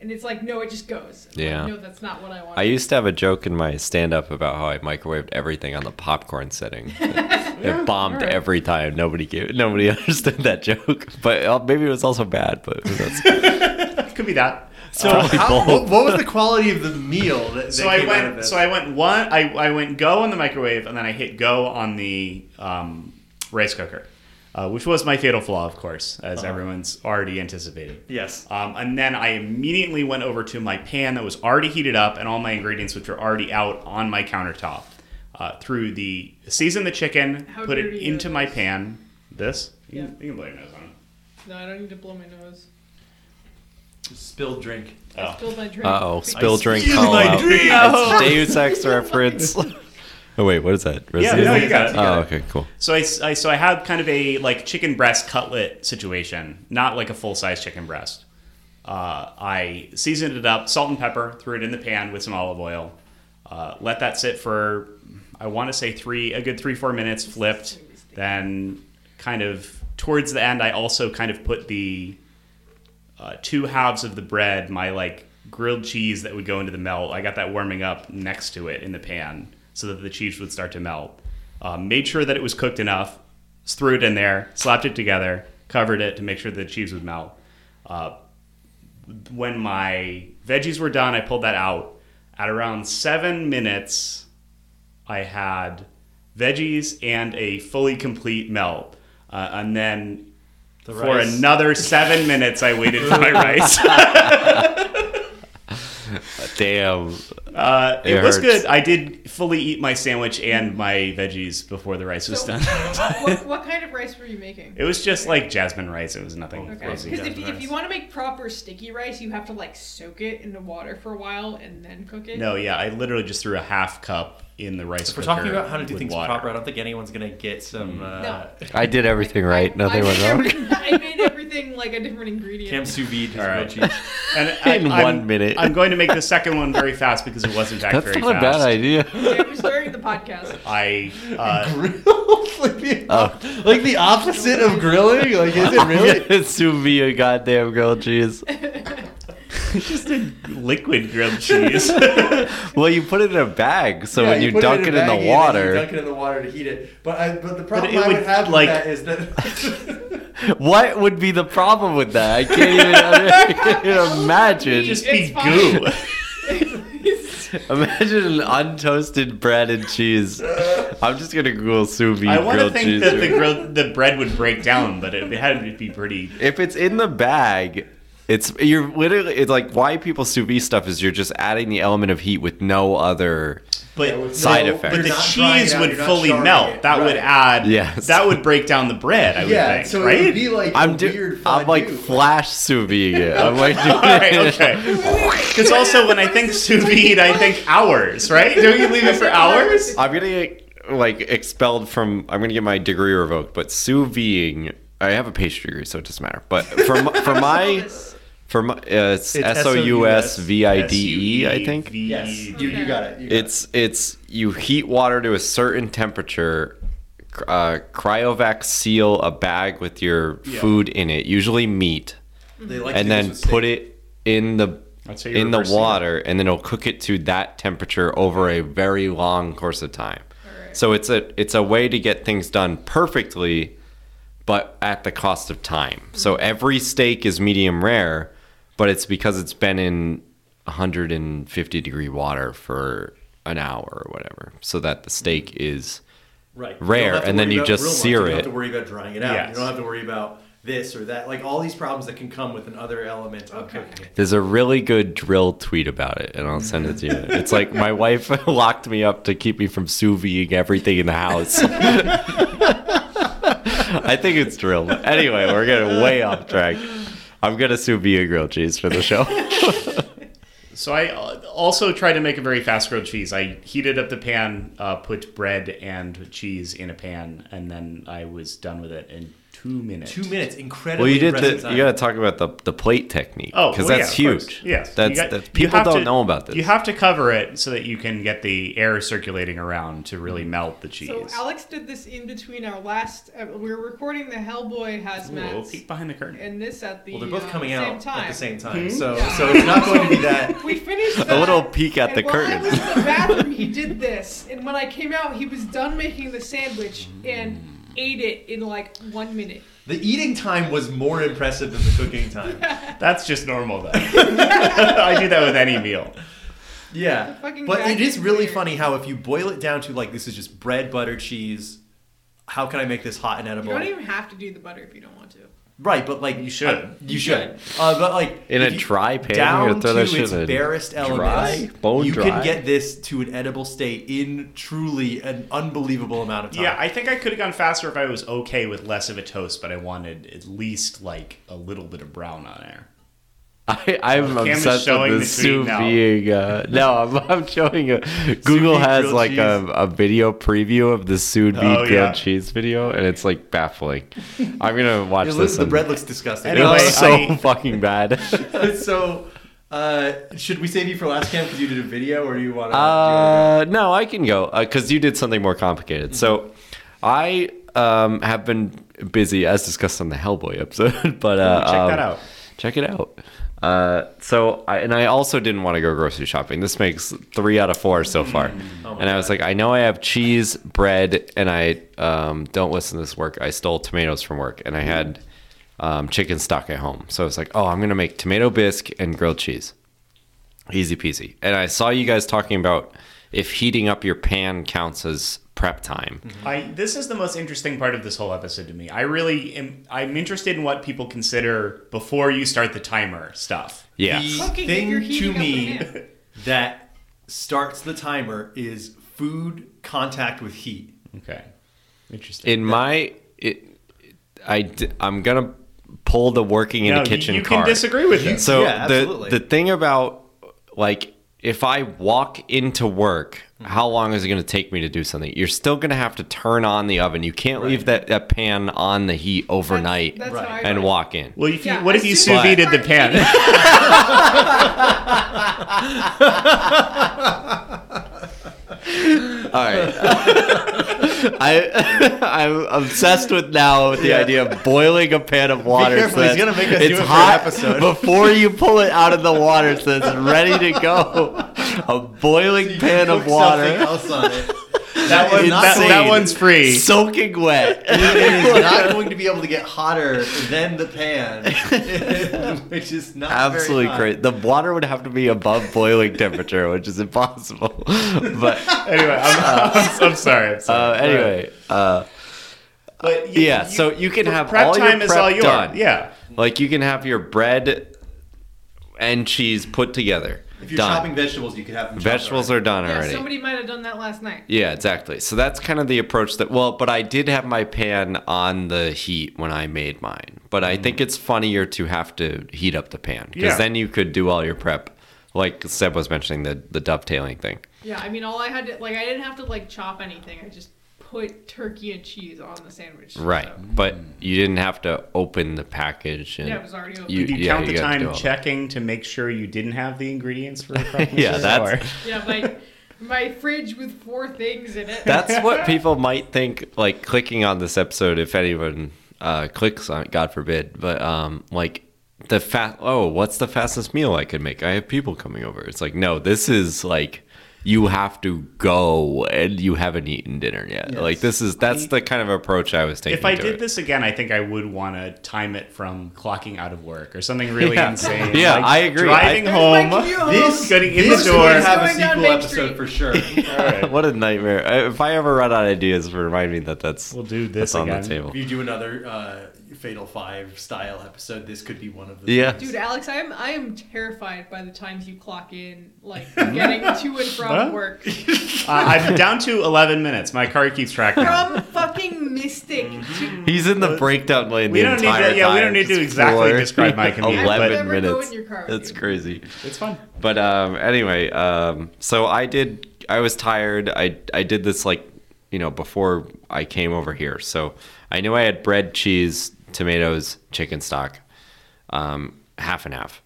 [SPEAKER 4] and it's like no, it just goes. I'm like,
[SPEAKER 2] Yeah.
[SPEAKER 4] no, that's not what I want.
[SPEAKER 2] I used to have a joke in my stand up about how I microwaved everything on the popcorn setting. it bombed every time. Nobody gave, nobody [laughs] understood that joke. But uh, maybe it was also bad, but that's
[SPEAKER 3] Could be that.
[SPEAKER 1] So [laughs]
[SPEAKER 2] Uh,
[SPEAKER 1] how,
[SPEAKER 2] bowl.
[SPEAKER 1] what, what
[SPEAKER 2] [laughs]
[SPEAKER 1] was the quality of the meal that, that
[SPEAKER 3] so I
[SPEAKER 1] came out of
[SPEAKER 3] went.
[SPEAKER 1] this?
[SPEAKER 3] So I went one. I, I went go on the microwave, and then I hit go on the um, rice cooker, uh, which was my fatal flaw, of course, as everyone's already anticipated.
[SPEAKER 1] yes.
[SPEAKER 3] Um, and then I immediately went over to my pan that was already heated up, and all my ingredients, which were already out on my countertop, uh, through the season the chicken,
[SPEAKER 4] How
[SPEAKER 3] put it
[SPEAKER 4] dirty
[SPEAKER 3] into
[SPEAKER 4] are
[SPEAKER 3] my
[SPEAKER 4] those?
[SPEAKER 3] pan. This. You,
[SPEAKER 4] Yeah.
[SPEAKER 3] can, you can blow your nose on. it.
[SPEAKER 4] no, I don't need to blow my nose.
[SPEAKER 1] Spilled drink.
[SPEAKER 4] I
[SPEAKER 3] Oh.
[SPEAKER 4] spilled my drink.
[SPEAKER 2] uh oh, spill
[SPEAKER 1] I
[SPEAKER 2] drink
[SPEAKER 1] spilled
[SPEAKER 2] call
[SPEAKER 1] my
[SPEAKER 2] out.
[SPEAKER 1] drink.
[SPEAKER 2] It's Deus Ex reference. [laughs] oh wait, what is that? Resident
[SPEAKER 3] no,
[SPEAKER 2] Evil?
[SPEAKER 3] you got it, you
[SPEAKER 2] Oh,
[SPEAKER 3] got
[SPEAKER 2] okay, cool.
[SPEAKER 3] So I, I- so I had kind of a like chicken breast cutlet situation, not like a full size chicken breast. Uh, I seasoned it up, salt and pepper, threw it in the pan with some olive oil, uh, let that sit for I want to say three a good three four minutes, flipped. Then kind of towards the end, I also kind of put the uh, two halves of the bread, my like grilled cheese that would go into the melt. I got that warming up next to it in the pan so that the cheese would start to melt. Uh, made sure that it was cooked enough, threw it in there, slapped it together, covered it to make sure the cheese would melt. Uh, when my veggies were done, I pulled that out. At around seven minutes, I had veggies and a fully complete melt. Uh, and then
[SPEAKER 1] The
[SPEAKER 3] for
[SPEAKER 1] rice.
[SPEAKER 3] another seven minutes, I waited for my rice.
[SPEAKER 2] Damn.
[SPEAKER 3] Uh, it
[SPEAKER 2] It
[SPEAKER 3] was
[SPEAKER 2] hurts.
[SPEAKER 3] good. I did fully eat my sandwich and my veggies before the rice was
[SPEAKER 4] So-
[SPEAKER 3] done.
[SPEAKER 2] [laughs]
[SPEAKER 4] what, what kind of rice were you making?
[SPEAKER 3] it was just like jasmine rice. It was nothing
[SPEAKER 4] Okay. Because
[SPEAKER 3] crazy.
[SPEAKER 4] if, if you want to make proper sticky rice, you have to like soak it in the water for a while and then cook it.
[SPEAKER 3] No, yeah, I literally just threw a half cup in the rice.
[SPEAKER 1] If we're
[SPEAKER 3] cooker
[SPEAKER 1] talking about how to do
[SPEAKER 3] with
[SPEAKER 1] things
[SPEAKER 3] water.
[SPEAKER 1] proper, I don't think anyone's gonna get
[SPEAKER 2] Mm.
[SPEAKER 1] some uh,
[SPEAKER 4] No.
[SPEAKER 2] I did everything right.
[SPEAKER 4] I- [laughs] I
[SPEAKER 2] Nothing
[SPEAKER 4] made
[SPEAKER 2] went wrong.
[SPEAKER 4] every- I made everything like a different ingredient.
[SPEAKER 1] Cam
[SPEAKER 2] [laughs]
[SPEAKER 1] sous vide. just
[SPEAKER 3] All right.
[SPEAKER 1] grilled cheese.
[SPEAKER 3] And
[SPEAKER 2] In
[SPEAKER 3] I'm-
[SPEAKER 2] one minute.
[SPEAKER 3] I'm going to make the second one very fast because it was in fact
[SPEAKER 2] That's
[SPEAKER 3] very
[SPEAKER 2] not a
[SPEAKER 3] fast.
[SPEAKER 4] [laughs]
[SPEAKER 2] bad idea.
[SPEAKER 4] It was during the
[SPEAKER 1] [laughs]
[SPEAKER 4] podcast.
[SPEAKER 3] I uh,
[SPEAKER 1] Grilled, like, the,
[SPEAKER 2] Uh,
[SPEAKER 1] like the opposite of grilling. Like is
[SPEAKER 2] [laughs]
[SPEAKER 1] it really?
[SPEAKER 2] it's sous vide goddamn grilled cheese.
[SPEAKER 3] just did liquid
[SPEAKER 2] [laughs]
[SPEAKER 3] grilled cheese. [laughs]
[SPEAKER 2] Well, you put it in a bag, so
[SPEAKER 1] Yeah,
[SPEAKER 2] when you,
[SPEAKER 1] put
[SPEAKER 2] dunk it
[SPEAKER 1] a
[SPEAKER 2] in,
[SPEAKER 1] baggie and
[SPEAKER 2] the
[SPEAKER 1] then
[SPEAKER 2] water,
[SPEAKER 1] You dunk it in the water to heat it. But I, but the problem
[SPEAKER 3] it
[SPEAKER 1] I
[SPEAKER 3] would,
[SPEAKER 1] would have
[SPEAKER 3] like-
[SPEAKER 1] with that is that
[SPEAKER 2] What would be the problem with that? [laughs] I can't even, I can't even imagine.
[SPEAKER 3] just
[SPEAKER 4] It's
[SPEAKER 3] be
[SPEAKER 4] fine.
[SPEAKER 3] goo.
[SPEAKER 2] Imagine an untoasted bread and cheese. I'm just gonna Google sous vide
[SPEAKER 3] I want to
[SPEAKER 2] grilled
[SPEAKER 3] think
[SPEAKER 2] cheese.
[SPEAKER 3] that the grill, the bread would break down, but it, it had to be pretty.
[SPEAKER 2] if it's in the bag, it's you're literally it's like why people sous vide stuff is you're just adding the element of heat with no other. [laughs]
[SPEAKER 3] But
[SPEAKER 2] Side
[SPEAKER 3] no,
[SPEAKER 2] effect.
[SPEAKER 3] But
[SPEAKER 2] You're
[SPEAKER 3] the
[SPEAKER 1] not drying
[SPEAKER 3] cheese
[SPEAKER 1] it out,
[SPEAKER 3] would
[SPEAKER 1] you're not
[SPEAKER 3] fully
[SPEAKER 1] charring
[SPEAKER 3] melt.
[SPEAKER 1] it,
[SPEAKER 3] That would
[SPEAKER 1] right.
[SPEAKER 3] add.
[SPEAKER 2] Yes.
[SPEAKER 3] That would break down the bread. I
[SPEAKER 1] yeah,
[SPEAKER 3] would think.
[SPEAKER 1] so
[SPEAKER 3] right.
[SPEAKER 1] it would
[SPEAKER 3] [laughs]
[SPEAKER 1] be like a
[SPEAKER 2] I'm do,
[SPEAKER 1] weird.
[SPEAKER 2] I'm like
[SPEAKER 1] fondue.
[SPEAKER 2] flash sous vide. it. I'm like doing
[SPEAKER 3] All right, okay. Because also when I think sous vide, I think hours, right? Don't you leave
[SPEAKER 1] [laughs]
[SPEAKER 3] it for hours?
[SPEAKER 2] I'm gonna get like expelled from. I'm gonna get my degree revoked. But sous videing, I have a pastry degree, so it doesn't matter. But for m- for my for my, uh, it's S O U S V I D E. I think
[SPEAKER 1] Yes, you, you got it. You got
[SPEAKER 2] it's it's you heat water to a certain temperature. cr- Uh, cryovac seal a bag with your
[SPEAKER 1] Yeah.
[SPEAKER 2] food in it, usually meat,
[SPEAKER 1] it. They like to do
[SPEAKER 2] and then
[SPEAKER 1] this with
[SPEAKER 2] put
[SPEAKER 1] steak.
[SPEAKER 2] it in the
[SPEAKER 3] That's how you
[SPEAKER 2] in the
[SPEAKER 3] reverse sear.
[SPEAKER 2] water, and then it'll cook it to that temperature over a very long course of time.
[SPEAKER 4] Alright.
[SPEAKER 2] So it's a it's a way to get things done perfectly, but at the cost of time.
[SPEAKER 1] Mm-hmm.
[SPEAKER 2] So every steak is medium rare, but it's because it's been in 150 degree water for an hour or whatever, so that the steak
[SPEAKER 1] Mm-hmm.
[SPEAKER 2] is
[SPEAKER 1] right.
[SPEAKER 2] rare,
[SPEAKER 1] don't have to
[SPEAKER 2] and then
[SPEAKER 1] worry
[SPEAKER 2] you
[SPEAKER 1] about
[SPEAKER 2] just
[SPEAKER 1] real much.
[SPEAKER 2] sear
[SPEAKER 1] You don't have to
[SPEAKER 2] it.
[SPEAKER 1] worry about drying it out. You
[SPEAKER 3] Yes.
[SPEAKER 1] don't have to worry about this or that. Like all these problems that can come with another element of
[SPEAKER 4] Okay.
[SPEAKER 1] cooking.
[SPEAKER 2] There's a really good drill tweet about it, and I'll send it to you. It's like my wife [laughs] locked me up to keep me from sous videing everything in the house. [laughs] I think it's drilled. Anyway, we're getting way off track. I'm gonna sous vide grilled cheese for the show.
[SPEAKER 3] [laughs] So I uh, also tried to make a very fast grilled cheese. I heated up the pan, uh, put bread and cheese in a pan, and then I was done with it in two minutes.
[SPEAKER 1] Two minutes, incredibly.
[SPEAKER 2] well, you did
[SPEAKER 1] impressive
[SPEAKER 2] the.
[SPEAKER 1] time.
[SPEAKER 2] You gotta talk about the the plate technique.
[SPEAKER 3] Oh,
[SPEAKER 2] because
[SPEAKER 3] well,
[SPEAKER 2] that's
[SPEAKER 3] yeah, of course.
[SPEAKER 2] huge.
[SPEAKER 3] Yes, You
[SPEAKER 2] that's,
[SPEAKER 3] got-
[SPEAKER 2] that's
[SPEAKER 3] you
[SPEAKER 2] people
[SPEAKER 3] have
[SPEAKER 2] don't
[SPEAKER 3] to-
[SPEAKER 2] know about this.
[SPEAKER 3] You have to cover it so that you can get the air circulating around to really melt the cheese.
[SPEAKER 4] So Alex did this in between our last. Uh, we were recording the Hellboy
[SPEAKER 3] Ooh,
[SPEAKER 4] hazmat
[SPEAKER 3] peek behind the curtain.
[SPEAKER 4] and this at the
[SPEAKER 1] Well, they're both
[SPEAKER 4] uh,
[SPEAKER 1] coming
[SPEAKER 4] same
[SPEAKER 1] out
[SPEAKER 4] time.
[SPEAKER 1] at the same
[SPEAKER 2] Hmm?
[SPEAKER 1] time, so so it's not going to be that.
[SPEAKER 4] We finished
[SPEAKER 2] a little
[SPEAKER 4] that,
[SPEAKER 2] peek at
[SPEAKER 4] and
[SPEAKER 2] the
[SPEAKER 4] while I
[SPEAKER 2] curtain.
[SPEAKER 4] was
[SPEAKER 2] [laughs]
[SPEAKER 4] in the bathroom, he did this, and when I came out, he was done making the sandwich and ate it in like one minute.
[SPEAKER 1] The eating time was more impressive than the cooking time.
[SPEAKER 3] That's just normal,
[SPEAKER 4] [laughs]
[SPEAKER 3] though. I do that with any meal.
[SPEAKER 1] Yeah.
[SPEAKER 4] fucking
[SPEAKER 1] But it
[SPEAKER 4] vacuum
[SPEAKER 1] is really
[SPEAKER 4] cleaner.
[SPEAKER 1] funny how if you boil it down to like this is just bread, butter, cheese. How can I make this hot and
[SPEAKER 4] You
[SPEAKER 1] edible?
[SPEAKER 4] don't even have to do the butter if you don't want to.
[SPEAKER 1] Right, but like you
[SPEAKER 3] should.
[SPEAKER 1] you should. Uh, but like
[SPEAKER 2] In a
[SPEAKER 1] if you-
[SPEAKER 2] dry pan,
[SPEAKER 1] down
[SPEAKER 2] you're gonna throw that
[SPEAKER 1] to
[SPEAKER 2] shit
[SPEAKER 1] its
[SPEAKER 2] in.
[SPEAKER 1] barest elements,
[SPEAKER 2] Dry? Bone
[SPEAKER 1] you
[SPEAKER 2] dry?
[SPEAKER 1] can get this to an edible state in truly an unbelievable amount of time.
[SPEAKER 3] Yeah, I think I could have gone faster if I was okay with less of a toast, but I wanted at least like a little bit of brown on there.
[SPEAKER 2] [laughs] I, I'm
[SPEAKER 3] Oh, Cam is
[SPEAKER 2] obsessed
[SPEAKER 3] showing
[SPEAKER 2] with
[SPEAKER 3] the
[SPEAKER 2] the sous
[SPEAKER 3] tweet now.
[SPEAKER 2] vide. Uh,
[SPEAKER 3] [laughs]
[SPEAKER 2] no, I'm, I'm showing a Google
[SPEAKER 1] vide
[SPEAKER 2] has
[SPEAKER 1] grilled
[SPEAKER 2] like a, a video preview of the sous vide
[SPEAKER 3] Oh,
[SPEAKER 2] grilled
[SPEAKER 3] yeah.
[SPEAKER 2] cheese video, and it's
[SPEAKER 1] [laughs]
[SPEAKER 2] like baffling. I'm gonna watch
[SPEAKER 1] It
[SPEAKER 2] this.
[SPEAKER 1] looks, the
[SPEAKER 2] and-
[SPEAKER 1] bread looks disgusting.
[SPEAKER 2] It
[SPEAKER 3] Anyway,
[SPEAKER 2] looks so [laughs]
[SPEAKER 3] I-
[SPEAKER 2] fucking
[SPEAKER 3] [laughs]
[SPEAKER 2] bad.
[SPEAKER 1] [laughs] so, uh, should we save you for last camp because you did a video, or do you want to?
[SPEAKER 2] Uh, no, I can go because you did something more complicated.
[SPEAKER 3] Mm-hmm.
[SPEAKER 2] So, I um, have been busy, as discussed on the Hellboy episode. [laughs] But uh,
[SPEAKER 3] check
[SPEAKER 2] um,
[SPEAKER 3] that out.
[SPEAKER 2] Check it out. Uh, so, I, and I also didn't want to go grocery shopping. This makes three out of four so far.
[SPEAKER 3] Mm. Oh
[SPEAKER 2] and I was like, I know I have cheese, bread, and I um, don't listen to this work. I stole tomatoes from work,
[SPEAKER 3] Mm.
[SPEAKER 2] and I had um, chicken stock at home. So I was like, oh, I'm gonna make tomato bisque and grilled cheese. Easy peasy. And I saw you guys talking about if heating up your pan counts as prep time.
[SPEAKER 3] I this is the most interesting part of this whole episode to me. I really am. I'm interested in what people consider before you start the timer stuff.
[SPEAKER 2] Yeah.
[SPEAKER 1] The
[SPEAKER 4] Cooking if you're
[SPEAKER 1] thing
[SPEAKER 4] heating
[SPEAKER 1] to
[SPEAKER 4] up
[SPEAKER 1] me
[SPEAKER 4] the pan.
[SPEAKER 1] that starts the timer is food contact with heat.
[SPEAKER 3] Okay, interesting.
[SPEAKER 2] In my, it, I, d- I'm gonna pull the working in
[SPEAKER 3] No,
[SPEAKER 2] a kitchen
[SPEAKER 3] you, you
[SPEAKER 2] card.
[SPEAKER 3] can disagree with this.
[SPEAKER 2] So
[SPEAKER 1] Yeah,
[SPEAKER 2] the
[SPEAKER 1] absolutely.
[SPEAKER 2] the thing about like if I walk into work, how long is it going to take me to do something? You're still going to have to turn on the oven. You can't leave that, that pan on the heat overnight
[SPEAKER 4] that's how I
[SPEAKER 2] and
[SPEAKER 4] work.
[SPEAKER 2] walk in.
[SPEAKER 3] Well, if you,
[SPEAKER 4] Yeah,
[SPEAKER 3] what
[SPEAKER 4] I
[SPEAKER 3] if you
[SPEAKER 4] see
[SPEAKER 3] sous
[SPEAKER 4] what
[SPEAKER 3] vide
[SPEAKER 4] you
[SPEAKER 3] the
[SPEAKER 4] are [laughs]
[SPEAKER 3] pan?
[SPEAKER 2] All right. [laughs] I [laughs] I'm obsessed with now with the idea of boiling a pan of water.
[SPEAKER 1] careful, he's
[SPEAKER 2] that
[SPEAKER 1] gonna make us do
[SPEAKER 2] it's
[SPEAKER 1] it for an
[SPEAKER 2] hot
[SPEAKER 1] episode.
[SPEAKER 2] before you pull it out of the water,
[SPEAKER 1] [laughs]
[SPEAKER 2] so it's ready to go. A boiling [laughs] pan of
[SPEAKER 1] Cook
[SPEAKER 2] water.
[SPEAKER 1] Something
[SPEAKER 2] [laughs]
[SPEAKER 1] else on it. That was
[SPEAKER 5] It's
[SPEAKER 1] not
[SPEAKER 3] [laughs] that,
[SPEAKER 1] going-
[SPEAKER 3] that one's free.
[SPEAKER 2] soaking
[SPEAKER 1] [laughs]
[SPEAKER 2] wet.
[SPEAKER 5] it is not going to be able to get hotter than the
[SPEAKER 1] [laughs]
[SPEAKER 5] pan, which is not very
[SPEAKER 2] Absolutely
[SPEAKER 5] hot.
[SPEAKER 2] great. The water would have to be above boiling temperature, which is impossible. [laughs] But
[SPEAKER 3] anyway, I'm, I'm, I'm sorry. I'm sorry.
[SPEAKER 2] uh, anyway, uh,
[SPEAKER 3] but you-
[SPEAKER 2] yeah.
[SPEAKER 3] you-
[SPEAKER 2] So you can have
[SPEAKER 3] prep
[SPEAKER 2] all
[SPEAKER 3] time
[SPEAKER 2] your
[SPEAKER 3] is
[SPEAKER 2] prep
[SPEAKER 3] all yours.
[SPEAKER 2] done.
[SPEAKER 3] Yeah.
[SPEAKER 2] Like you can have your bread and cheese put together.
[SPEAKER 5] If you're
[SPEAKER 2] done.
[SPEAKER 5] chopping vegetables, you could have them chopped
[SPEAKER 2] Vegetables
[SPEAKER 5] already.
[SPEAKER 2] are done
[SPEAKER 4] Yeah,
[SPEAKER 2] already.
[SPEAKER 4] somebody might have done that last night.
[SPEAKER 2] Yeah, exactly. So that's kind of the approach that well, but I did have my pan on the heat when I made mine. But I think it's funnier to have to heat up the pan because
[SPEAKER 3] Mm. Yeah.
[SPEAKER 2] then you could do all your prep, like Seb was mentioning the the dovetailing thing.
[SPEAKER 4] Yeah, I mean, all I had to like, I didn't have to like chop anything. I just put turkey and cheese on the sandwich.
[SPEAKER 2] Right,
[SPEAKER 4] so-
[SPEAKER 2] but you didn't have to open the package. And
[SPEAKER 4] Yeah, it was already open.
[SPEAKER 3] Did you
[SPEAKER 2] yeah,
[SPEAKER 3] count the
[SPEAKER 2] got to do
[SPEAKER 3] time
[SPEAKER 2] all-
[SPEAKER 3] checking to make sure you didn't have the ingredients
[SPEAKER 2] [laughs]
[SPEAKER 3] for a
[SPEAKER 2] Yeah, that's
[SPEAKER 4] Yeah, my my fridge with four things in it.
[SPEAKER 3] [laughs]
[SPEAKER 2] That's what people might think, like clicking on this episode, if anyone uh, clicks on it, God forbid. But um, like the fast, oh, what's the fastest meal I could make? I have people coming over. It's like, no, this is like you have to go and you haven't eaten dinner yet. Like this is that's the kind of approach I was taking.
[SPEAKER 3] If I
[SPEAKER 2] to
[SPEAKER 3] did
[SPEAKER 2] it.
[SPEAKER 3] this again, I think I would want to time it from clocking out of work or something really
[SPEAKER 2] Yeah.
[SPEAKER 3] insane.
[SPEAKER 2] Yeah,
[SPEAKER 3] like
[SPEAKER 2] I agree.
[SPEAKER 3] Driving
[SPEAKER 2] I-
[SPEAKER 3] home.
[SPEAKER 4] um,
[SPEAKER 5] This,
[SPEAKER 3] Getting in the
[SPEAKER 5] this
[SPEAKER 3] door.
[SPEAKER 5] would have a
[SPEAKER 4] Going down
[SPEAKER 5] sequel
[SPEAKER 4] Main
[SPEAKER 5] episode
[SPEAKER 4] Street.
[SPEAKER 5] for
[SPEAKER 2] [laughs]
[SPEAKER 5] sure.
[SPEAKER 3] All right.
[SPEAKER 2] what a nightmare! I- If I ever run out of ideas, remind me that that's
[SPEAKER 3] We'll do
[SPEAKER 2] that's
[SPEAKER 3] this
[SPEAKER 2] on
[SPEAKER 3] again.
[SPEAKER 2] the table.
[SPEAKER 1] If you do another uh, Fatal Five style episode, this could be one of the
[SPEAKER 2] Yeah.
[SPEAKER 4] Dude, Alex, I am I am terrified by the times you clock in,
[SPEAKER 2] [laughs]
[SPEAKER 4] like getting to and from
[SPEAKER 3] Huh?
[SPEAKER 4] work.
[SPEAKER 3] Uh, I'm down to 11 minutes. My car
[SPEAKER 4] [laughs]
[SPEAKER 3] keeps track now.
[SPEAKER 4] From fucking Mystic
[SPEAKER 2] Mm-hmm.
[SPEAKER 4] to
[SPEAKER 2] He's in the breakdown lane.
[SPEAKER 3] We
[SPEAKER 2] the
[SPEAKER 3] don't need to-
[SPEAKER 2] entire
[SPEAKER 3] yeah, we don't
[SPEAKER 2] time,
[SPEAKER 3] need to
[SPEAKER 2] just
[SPEAKER 3] exactly
[SPEAKER 2] for
[SPEAKER 3] describe
[SPEAKER 2] [laughs]
[SPEAKER 3] my commute, but-
[SPEAKER 4] I
[SPEAKER 2] Eleven
[SPEAKER 4] would never go
[SPEAKER 2] minutes.
[SPEAKER 4] in your car with
[SPEAKER 2] That's
[SPEAKER 4] you.
[SPEAKER 2] crazy.
[SPEAKER 3] It's fun.
[SPEAKER 2] But um, anyway, um, so I did. I was tired. I I did this like you know before I came over here, so I knew I had bread, cheese, tomatoes, chicken stock, um, half and half.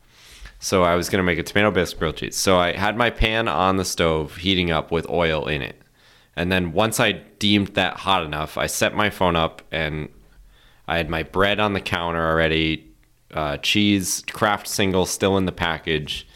[SPEAKER 2] So I was gonna make a tomato based grilled cheese. So I had my pan on the stove heating up with oil in it, and then once I deemed that hot enough, I set my phone up and I had my bread on the counter already, uh, cheese, craft single still in the package,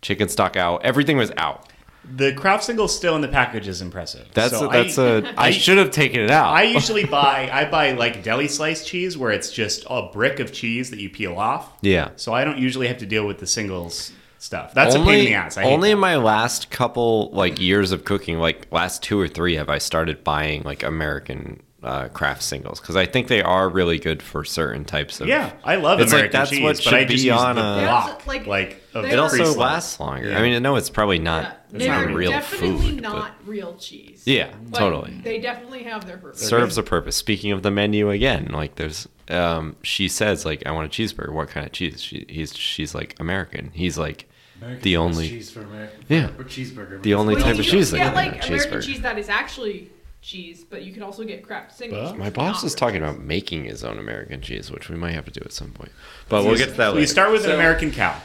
[SPEAKER 2] chicken stock out. Everything was out.
[SPEAKER 3] The craft single still in the package is impressive.
[SPEAKER 2] That's
[SPEAKER 3] So
[SPEAKER 2] a, that's
[SPEAKER 3] [laughs] I-
[SPEAKER 2] a. I should have taken it out.
[SPEAKER 3] I usually buy I buy like deli slice cheese where it's just a brick of cheese that you peel off.
[SPEAKER 2] yeah.
[SPEAKER 3] So I don't usually have to deal with the singles stuff. That's a pain in the ass. I hate
[SPEAKER 2] only
[SPEAKER 3] that.
[SPEAKER 2] in my last couple like years of cooking, like last two or three, have I started buying like American uh, craft singles because I think they are really good for certain types of.
[SPEAKER 3] Yeah, I love
[SPEAKER 2] It's like
[SPEAKER 3] American
[SPEAKER 2] that's
[SPEAKER 3] cheese,
[SPEAKER 2] what
[SPEAKER 3] but I
[SPEAKER 2] should
[SPEAKER 3] just
[SPEAKER 2] be
[SPEAKER 3] use
[SPEAKER 2] on
[SPEAKER 3] the
[SPEAKER 2] a-
[SPEAKER 4] Yeah,
[SPEAKER 3] block,
[SPEAKER 4] it's like-
[SPEAKER 3] like of
[SPEAKER 4] It
[SPEAKER 2] It
[SPEAKER 3] free
[SPEAKER 2] also
[SPEAKER 3] slice.
[SPEAKER 2] lasts longer.
[SPEAKER 3] Yeah.
[SPEAKER 2] I mean, I know it's probably not.
[SPEAKER 4] Yeah,
[SPEAKER 2] it's
[SPEAKER 4] they
[SPEAKER 2] not
[SPEAKER 4] are
[SPEAKER 2] real
[SPEAKER 4] definitely
[SPEAKER 2] food. but-
[SPEAKER 4] not real cheese.
[SPEAKER 2] Yeah,
[SPEAKER 4] But
[SPEAKER 2] totally.
[SPEAKER 4] They definitely have their purpose.
[SPEAKER 2] serves a purpose. Speaking of the menu again, like there's um she says like I want a cheeseburger. What kind of cheese? She he's she's like American. He's like
[SPEAKER 1] American
[SPEAKER 2] the
[SPEAKER 1] best
[SPEAKER 2] only
[SPEAKER 1] cheese for American
[SPEAKER 2] Yeah.
[SPEAKER 1] cheeseburger.
[SPEAKER 2] the only
[SPEAKER 4] Well,
[SPEAKER 2] type
[SPEAKER 4] you
[SPEAKER 2] of
[SPEAKER 4] can
[SPEAKER 2] cheese that
[SPEAKER 4] get
[SPEAKER 2] can
[SPEAKER 4] like
[SPEAKER 2] have a
[SPEAKER 4] American
[SPEAKER 2] cheeseburger.
[SPEAKER 4] cheese that is actually cheese, but you can also get crap singles.
[SPEAKER 3] But-
[SPEAKER 2] My
[SPEAKER 4] which
[SPEAKER 2] boss
[SPEAKER 4] not
[SPEAKER 2] is
[SPEAKER 4] real
[SPEAKER 2] talking
[SPEAKER 4] cheese.
[SPEAKER 2] about making his own American cheese, which we might have to do at some point. But we'll get to that
[SPEAKER 3] You
[SPEAKER 2] later.
[SPEAKER 3] start with an
[SPEAKER 1] So-
[SPEAKER 3] American
[SPEAKER 2] [laughs]
[SPEAKER 3] cow.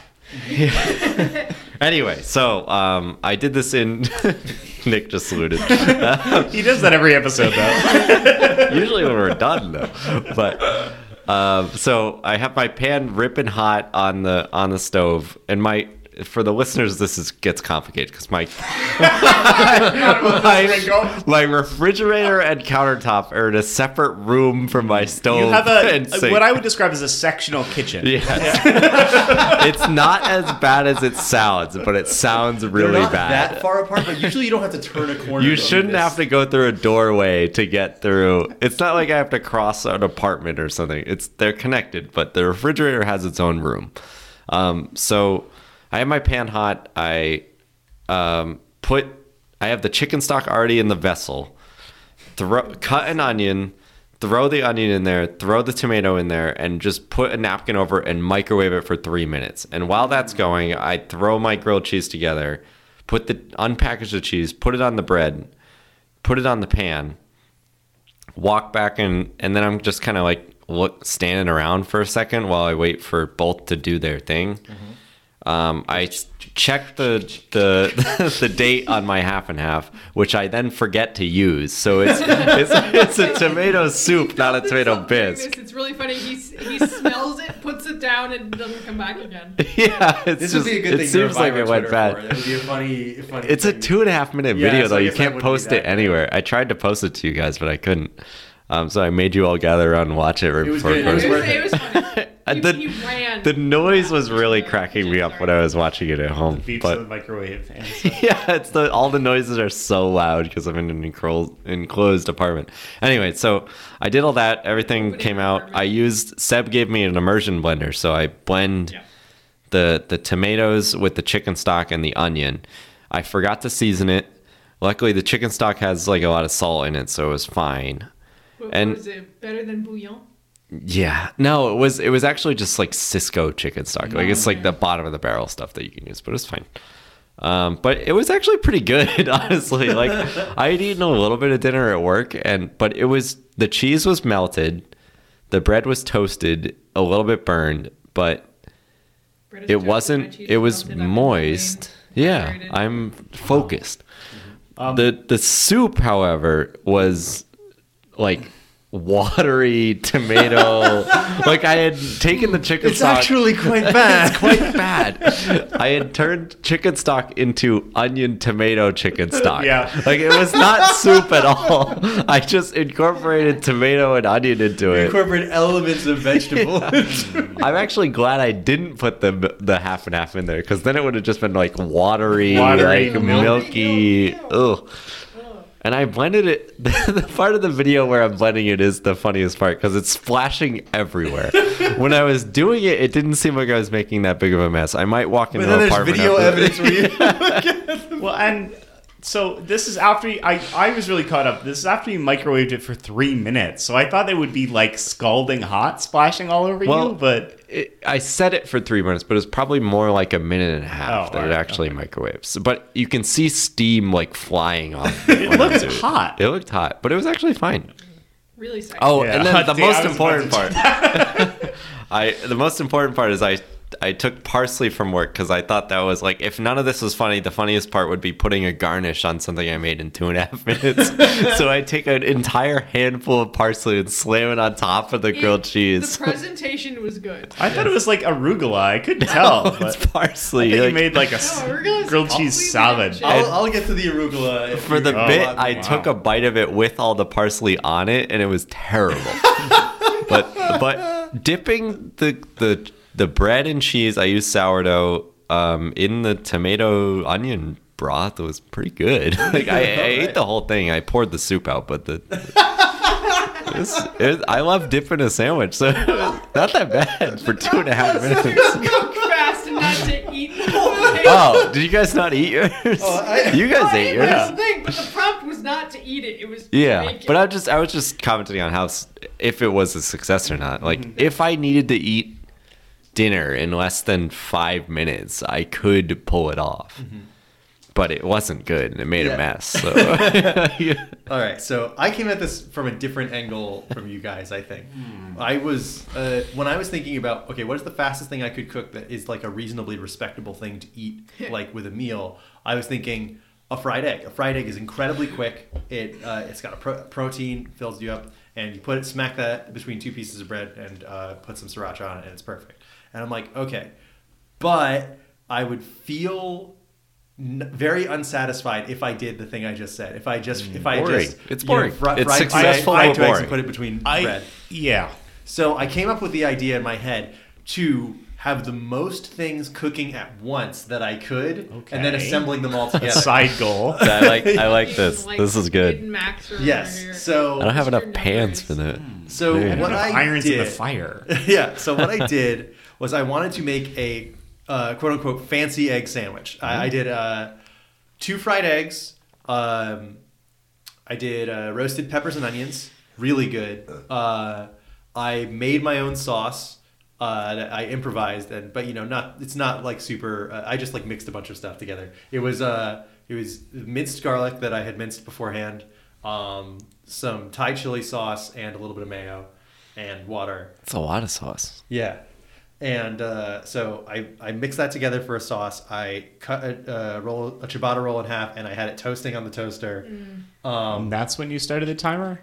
[SPEAKER 2] anyway, so um, I did this in. [laughs] Nick just saluted.
[SPEAKER 3] He does that every episode
[SPEAKER 2] [laughs]
[SPEAKER 3] though.
[SPEAKER 2] Usually when we're done though, but um, so I have my pan ripping hot on the on the stove, and my for the listeners this is gets complicated because
[SPEAKER 3] [laughs]
[SPEAKER 2] my [laughs] my, my refrigerator and countertop are in a separate room from my stove
[SPEAKER 3] You have
[SPEAKER 2] and
[SPEAKER 3] a uh,
[SPEAKER 2] sink.
[SPEAKER 3] what I would describe as a sectional kitchen.
[SPEAKER 2] [laughs]
[SPEAKER 3] [laughs]
[SPEAKER 2] Yes. it's not as bad as it sounds, but it sounds
[SPEAKER 5] They're
[SPEAKER 2] really
[SPEAKER 5] not
[SPEAKER 2] bad.
[SPEAKER 5] that far apart, but usually you don't have to turn a corner. do
[SPEAKER 2] You shouldn't
[SPEAKER 5] this.
[SPEAKER 2] have to go through a doorway to get through. It's not like I have to cross an apartment or something. It's they're connected, but the refrigerator has its own room. Um, so I have my pan hot. I um, put. I have the chicken stock already in the vessel. Throw cut an onion. Throw the onion in there, throw the tomato in there, and just put a napkin over it and microwave it for three minutes. And while that's going, I throw my grilled cheese together, put the unpackage the cheese, put it on the bread, put it on the pan, walk back and and then I'm just kind of like look standing around for a second while I wait for both to do their thing.
[SPEAKER 6] Mm-hmm.
[SPEAKER 2] Um, I ch- checked the the [laughs] the date on my half and half, which I then forget to use.
[SPEAKER 6] [laughs]
[SPEAKER 2] So it's it's, it's a tomato soup, not a tomato
[SPEAKER 4] Stop doing
[SPEAKER 2] bisque.
[SPEAKER 4] [laughs] This. It's really funny. He, s- he smells it, puts it down, and doesn't come back again.
[SPEAKER 2] [laughs] Yeah, it's
[SPEAKER 6] This
[SPEAKER 2] just,
[SPEAKER 6] would be a good
[SPEAKER 2] it
[SPEAKER 6] thing.
[SPEAKER 2] seems like it went bad.
[SPEAKER 6] It would be a funny, funny.
[SPEAKER 2] It's a
[SPEAKER 6] thing.
[SPEAKER 2] two and a half minute
[SPEAKER 6] Yeah, so
[SPEAKER 2] video
[SPEAKER 6] I
[SPEAKER 2] though. You
[SPEAKER 6] guess that
[SPEAKER 2] can't
[SPEAKER 6] wouldn't be
[SPEAKER 2] post
[SPEAKER 6] that
[SPEAKER 2] it
[SPEAKER 6] bad.
[SPEAKER 2] anywhere. I tried to post it to you guys, but I couldn't. Um, so I made you all gather around and watch it. Right
[SPEAKER 6] It was
[SPEAKER 2] before
[SPEAKER 6] good.
[SPEAKER 4] It was,
[SPEAKER 2] posting.
[SPEAKER 6] worth
[SPEAKER 4] it was funny.
[SPEAKER 2] Uh,
[SPEAKER 4] He,
[SPEAKER 2] [laughs] the-
[SPEAKER 4] he ran.
[SPEAKER 2] The noise was really cracking me up when I was watching it at home.
[SPEAKER 3] Beeps of the
[SPEAKER 2] [laughs] But
[SPEAKER 3] microwave. And
[SPEAKER 2] [laughs] yeah, it's the all the noises are so loud because I'm in an encro- enclosed apartment. Anyway, so I did all that. Everything
[SPEAKER 4] Nobody
[SPEAKER 2] came
[SPEAKER 4] in the
[SPEAKER 2] out.
[SPEAKER 4] apartment.
[SPEAKER 2] I used Seb gave me an immersion blender, so I blend
[SPEAKER 6] Yeah.
[SPEAKER 2] the the tomatoes with the chicken stock and the onion. I forgot to season it. Luckily, the chicken stock has like a lot of salt in it, so it was fine.
[SPEAKER 4] What-
[SPEAKER 2] and-
[SPEAKER 4] was it uh, better than bouillon?
[SPEAKER 2] Yeah. No, it was it was actually just like Cisco chicken stock. Like it's like the bottom of the barrel stuff that you can use, but it's fine. Um, but it was actually pretty good, [laughs] honestly. Like I had eaten a little bit of dinner at work and but it was the cheese was melted, the bread was toasted, a little bit burned, but
[SPEAKER 4] British
[SPEAKER 2] it
[SPEAKER 4] toast with my
[SPEAKER 2] wasn't
[SPEAKER 4] cheese
[SPEAKER 2] it was
[SPEAKER 4] melted, I'm
[SPEAKER 2] moist.
[SPEAKER 4] enjoying
[SPEAKER 2] Yeah.
[SPEAKER 4] hydrated.
[SPEAKER 2] I'm focused.
[SPEAKER 3] Um,
[SPEAKER 2] the the soup, however, was like watery [laughs] tomato. like I had taken the chicken
[SPEAKER 1] It's
[SPEAKER 2] stock.
[SPEAKER 1] actually quite
[SPEAKER 2] [laughs] It's
[SPEAKER 1] bad.
[SPEAKER 2] quite bad. I had turned chicken stock into onion tomato chicken stock.
[SPEAKER 3] Yeah.
[SPEAKER 2] Like it was not soup at all. I just incorporated tomato and onion into it.
[SPEAKER 1] Incorporate elements
[SPEAKER 2] [laughs]
[SPEAKER 1] of vegetable.
[SPEAKER 2] I'm actually glad I didn't put the the half and half in there because then it would have just been like watery,
[SPEAKER 3] Watery,
[SPEAKER 2] like
[SPEAKER 4] milky.
[SPEAKER 2] milky. Ugh. And I blended it. [laughs] The part of the video where I'm blending it is the funniest part because it's splashing everywhere. when I was doing it, it didn't seem like I was making that big of a mess. I might walk
[SPEAKER 1] but
[SPEAKER 2] into
[SPEAKER 1] then
[SPEAKER 2] an
[SPEAKER 1] there's
[SPEAKER 2] apartment.
[SPEAKER 1] video
[SPEAKER 2] after-
[SPEAKER 1] evidence where you
[SPEAKER 2] [laughs]
[SPEAKER 3] well, and so this is after you- I I was really caught up. This is after you microwaved it for three minutes, so I thought they would be like scalding hot, splashing all over
[SPEAKER 2] Well-
[SPEAKER 3] you. But
[SPEAKER 2] it, I said it for three minutes, but it's probably more like a minute and a half
[SPEAKER 3] Oh,
[SPEAKER 2] that it
[SPEAKER 3] alright,
[SPEAKER 2] actually microwaves. But you can see steam like flying off. it
[SPEAKER 3] looked hot.
[SPEAKER 2] It looked hot, but it was actually fine.
[SPEAKER 4] Really sexy.
[SPEAKER 2] Oh,
[SPEAKER 3] Yeah.
[SPEAKER 2] and then the
[SPEAKER 3] See, I
[SPEAKER 2] most
[SPEAKER 3] was about to
[SPEAKER 2] important part. [laughs] I the most important part is I I took parsley from work because I thought that was like if none of this was funny, the funniest part would be putting a garnish on something I made in two and a half minutes.
[SPEAKER 3] [laughs]
[SPEAKER 2] so I take an entire handful of parsley and slam it on top of the
[SPEAKER 4] It-
[SPEAKER 2] grilled cheese. [laughs]
[SPEAKER 4] The presentation was good.
[SPEAKER 3] I thought it was like arugula. I couldn't tell.
[SPEAKER 2] Oh,
[SPEAKER 3] but
[SPEAKER 2] [laughs] it's parsley.
[SPEAKER 3] I think you
[SPEAKER 2] like- Oh,
[SPEAKER 3] made like a s-
[SPEAKER 4] No, arugula's
[SPEAKER 3] grilled
[SPEAKER 4] completely
[SPEAKER 3] cheese salad.
[SPEAKER 4] magic.
[SPEAKER 1] I'll, I'll get to the arugula. if
[SPEAKER 2] for
[SPEAKER 1] you-
[SPEAKER 2] the
[SPEAKER 3] Oh,
[SPEAKER 2] bit,
[SPEAKER 3] wow.
[SPEAKER 2] I took a bite of it with all the parsley on it, and it was terrible. but but dipping the the the bread and cheese, I used sourdough um, in the tomato onion broth. was pretty good. Like I, I ate the whole thing. I poured the soup out, but the. it was- it was- I love dipping a sandwich, so [laughs] it was not that bad for two and a half minutes.
[SPEAKER 4] cook fast and not to eat the whole thing.
[SPEAKER 2] Oh, did you guys not eat yours?
[SPEAKER 1] I-
[SPEAKER 2] you
[SPEAKER 4] Well,
[SPEAKER 2] guys ate
[SPEAKER 4] it was
[SPEAKER 2] yours.
[SPEAKER 4] the thing, but the prompt was not to eat it. It was to
[SPEAKER 2] Yeah,
[SPEAKER 4] make
[SPEAKER 2] but
[SPEAKER 4] it.
[SPEAKER 2] I just I was just commenting on how s- if it was a success or not. Like
[SPEAKER 1] Mm-hmm.
[SPEAKER 2] if I needed to eat dinner in less than five minutes, I could pull it off. But it wasn't good, and it made
[SPEAKER 1] Mm-hmm. Yeah.
[SPEAKER 2] a mess.
[SPEAKER 1] [laughs]
[SPEAKER 2] So yeah.
[SPEAKER 1] All right, so I came at this from a different angle from you guys. I think I was uh, when I was thinking about okay, what is the fastest thing I could cook that is like a reasonably respectable thing to eat, like with a meal. I was thinking a fried egg. A fried egg is incredibly quick. It uh, it's got a pro- protein fills you up, and you put it smack that between two pieces of bread and uh, put some sriracha on it, and it's perfect. And I'm like, okay, but I would feel n- very unsatisfied if I did the thing I just said. If I just if I
[SPEAKER 2] Boring.
[SPEAKER 1] just
[SPEAKER 2] It's
[SPEAKER 1] you know,
[SPEAKER 2] boring.
[SPEAKER 1] fri-
[SPEAKER 2] It's
[SPEAKER 1] fried two eggs-
[SPEAKER 2] successful,
[SPEAKER 1] fried
[SPEAKER 2] but
[SPEAKER 1] two eggs and
[SPEAKER 2] boring.
[SPEAKER 1] put it between
[SPEAKER 3] I
[SPEAKER 1] bread.
[SPEAKER 3] yeah.
[SPEAKER 1] So I came up with the idea in my head to have the most things cooking at once that I could, and then
[SPEAKER 3] Okay.
[SPEAKER 1] assembling
[SPEAKER 3] [laughs]
[SPEAKER 1] them all together.
[SPEAKER 3] Side
[SPEAKER 2] [laughs]
[SPEAKER 3] goal.
[SPEAKER 2] I like I
[SPEAKER 1] [laughs]
[SPEAKER 2] like
[SPEAKER 4] Eating,
[SPEAKER 2] this.
[SPEAKER 4] like,
[SPEAKER 2] this is
[SPEAKER 4] Big
[SPEAKER 2] good.
[SPEAKER 4] Macs or whatever.
[SPEAKER 1] yes. So
[SPEAKER 2] I don't have enough
[SPEAKER 4] Eastern
[SPEAKER 2] pans
[SPEAKER 4] numbers.
[SPEAKER 2] for that.
[SPEAKER 1] so
[SPEAKER 2] [laughs] Yeah.
[SPEAKER 1] what I
[SPEAKER 3] irons
[SPEAKER 1] did,
[SPEAKER 3] in the fire.
[SPEAKER 1] [laughs] yeah. So what I did was I wanted to make a uh, quote unquote fancy egg sandwich. I, I did uh, two fried eggs. Um, I did uh, roasted peppers and onions, really good. Uh, I made my own sauce. Uh, that I improvised, and but you know, not it's not like super. Uh, I just like mixed a bunch of stuff together. It was uh, it was minced garlic that I had minced beforehand, um, some Thai chili sauce, and a little bit of mayo, and water.
[SPEAKER 2] It's a lot of sauce.
[SPEAKER 1] Yeah. And uh, so I, I mixed that together for a sauce. I cut a, uh, roll a ciabatta roll in half, and I had it toasting on the toaster.
[SPEAKER 3] Mm.
[SPEAKER 1] Um,
[SPEAKER 3] that's when you started the timer.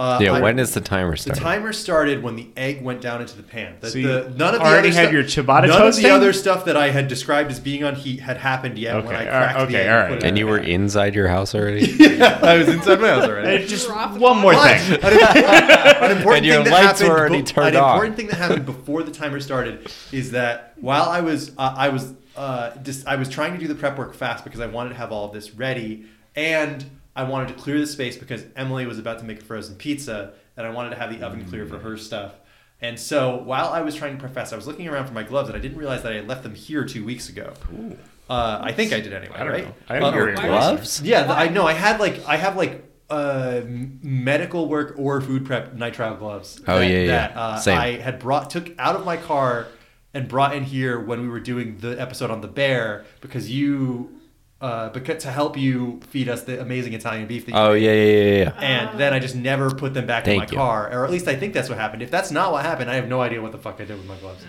[SPEAKER 1] uh,
[SPEAKER 2] Yeah,
[SPEAKER 1] I-
[SPEAKER 2] when is the timer
[SPEAKER 1] the
[SPEAKER 2] start?
[SPEAKER 1] timer started when the egg went down into the pan. The,
[SPEAKER 3] So you
[SPEAKER 1] the- none of the
[SPEAKER 3] already
[SPEAKER 1] other
[SPEAKER 3] had
[SPEAKER 1] stuff-
[SPEAKER 3] your ciabatta
[SPEAKER 1] None
[SPEAKER 3] toasting?
[SPEAKER 1] of the other stuff that I had described as being on heat had happened yet when I
[SPEAKER 3] Okay, all right,
[SPEAKER 1] cracked the
[SPEAKER 3] okay,
[SPEAKER 1] egg.
[SPEAKER 3] all
[SPEAKER 1] put
[SPEAKER 3] right.
[SPEAKER 1] it
[SPEAKER 2] and
[SPEAKER 1] in.
[SPEAKER 2] you were inside your house already.
[SPEAKER 1] [laughs] I was inside my house already.
[SPEAKER 3] Uh, just
[SPEAKER 4] Drop the
[SPEAKER 3] one more
[SPEAKER 4] ball.
[SPEAKER 3] thing.
[SPEAKER 2] [laughs]
[SPEAKER 1] An important
[SPEAKER 2] And your
[SPEAKER 1] thing that
[SPEAKER 2] lights were
[SPEAKER 1] happened
[SPEAKER 2] already
[SPEAKER 1] be-
[SPEAKER 2] turned
[SPEAKER 1] An
[SPEAKER 2] on.
[SPEAKER 1] important thing that happened before the timer started is that while I was uh, I was uh, just, I was trying to do the prep work fast because I wanted to have all of this ready and I wanted to clear the space because Emily was about to make a frozen pizza and I wanted to have the oven clear for her stuff. And so while I was trying to prep fast, I was looking around for my gloves and I didn't realize that I had left them here two weeks ago. Uh, I think I did anyway,
[SPEAKER 3] I don't
[SPEAKER 1] right?
[SPEAKER 3] know. I don't
[SPEAKER 1] Uh,
[SPEAKER 3] know.
[SPEAKER 2] your gloves?
[SPEAKER 1] yeah, th- I know. I had like I have like uh, m- medical work or food prep nitrile gloves.
[SPEAKER 2] Oh, yeah, yeah,
[SPEAKER 1] That
[SPEAKER 2] yeah.
[SPEAKER 1] uh,
[SPEAKER 2] Same.
[SPEAKER 1] I had brought took out of my car and brought in here when we were doing the episode on the bear because you uh, because to help you feed us the amazing Italian beef that you
[SPEAKER 2] Oh yeah, yeah, yeah, yeah.
[SPEAKER 1] and then I just never put them back in my
[SPEAKER 2] Thank you.
[SPEAKER 1] car, or at least I think that's what happened. If that's not what happened, I have no idea what the fuck I did with my gloves.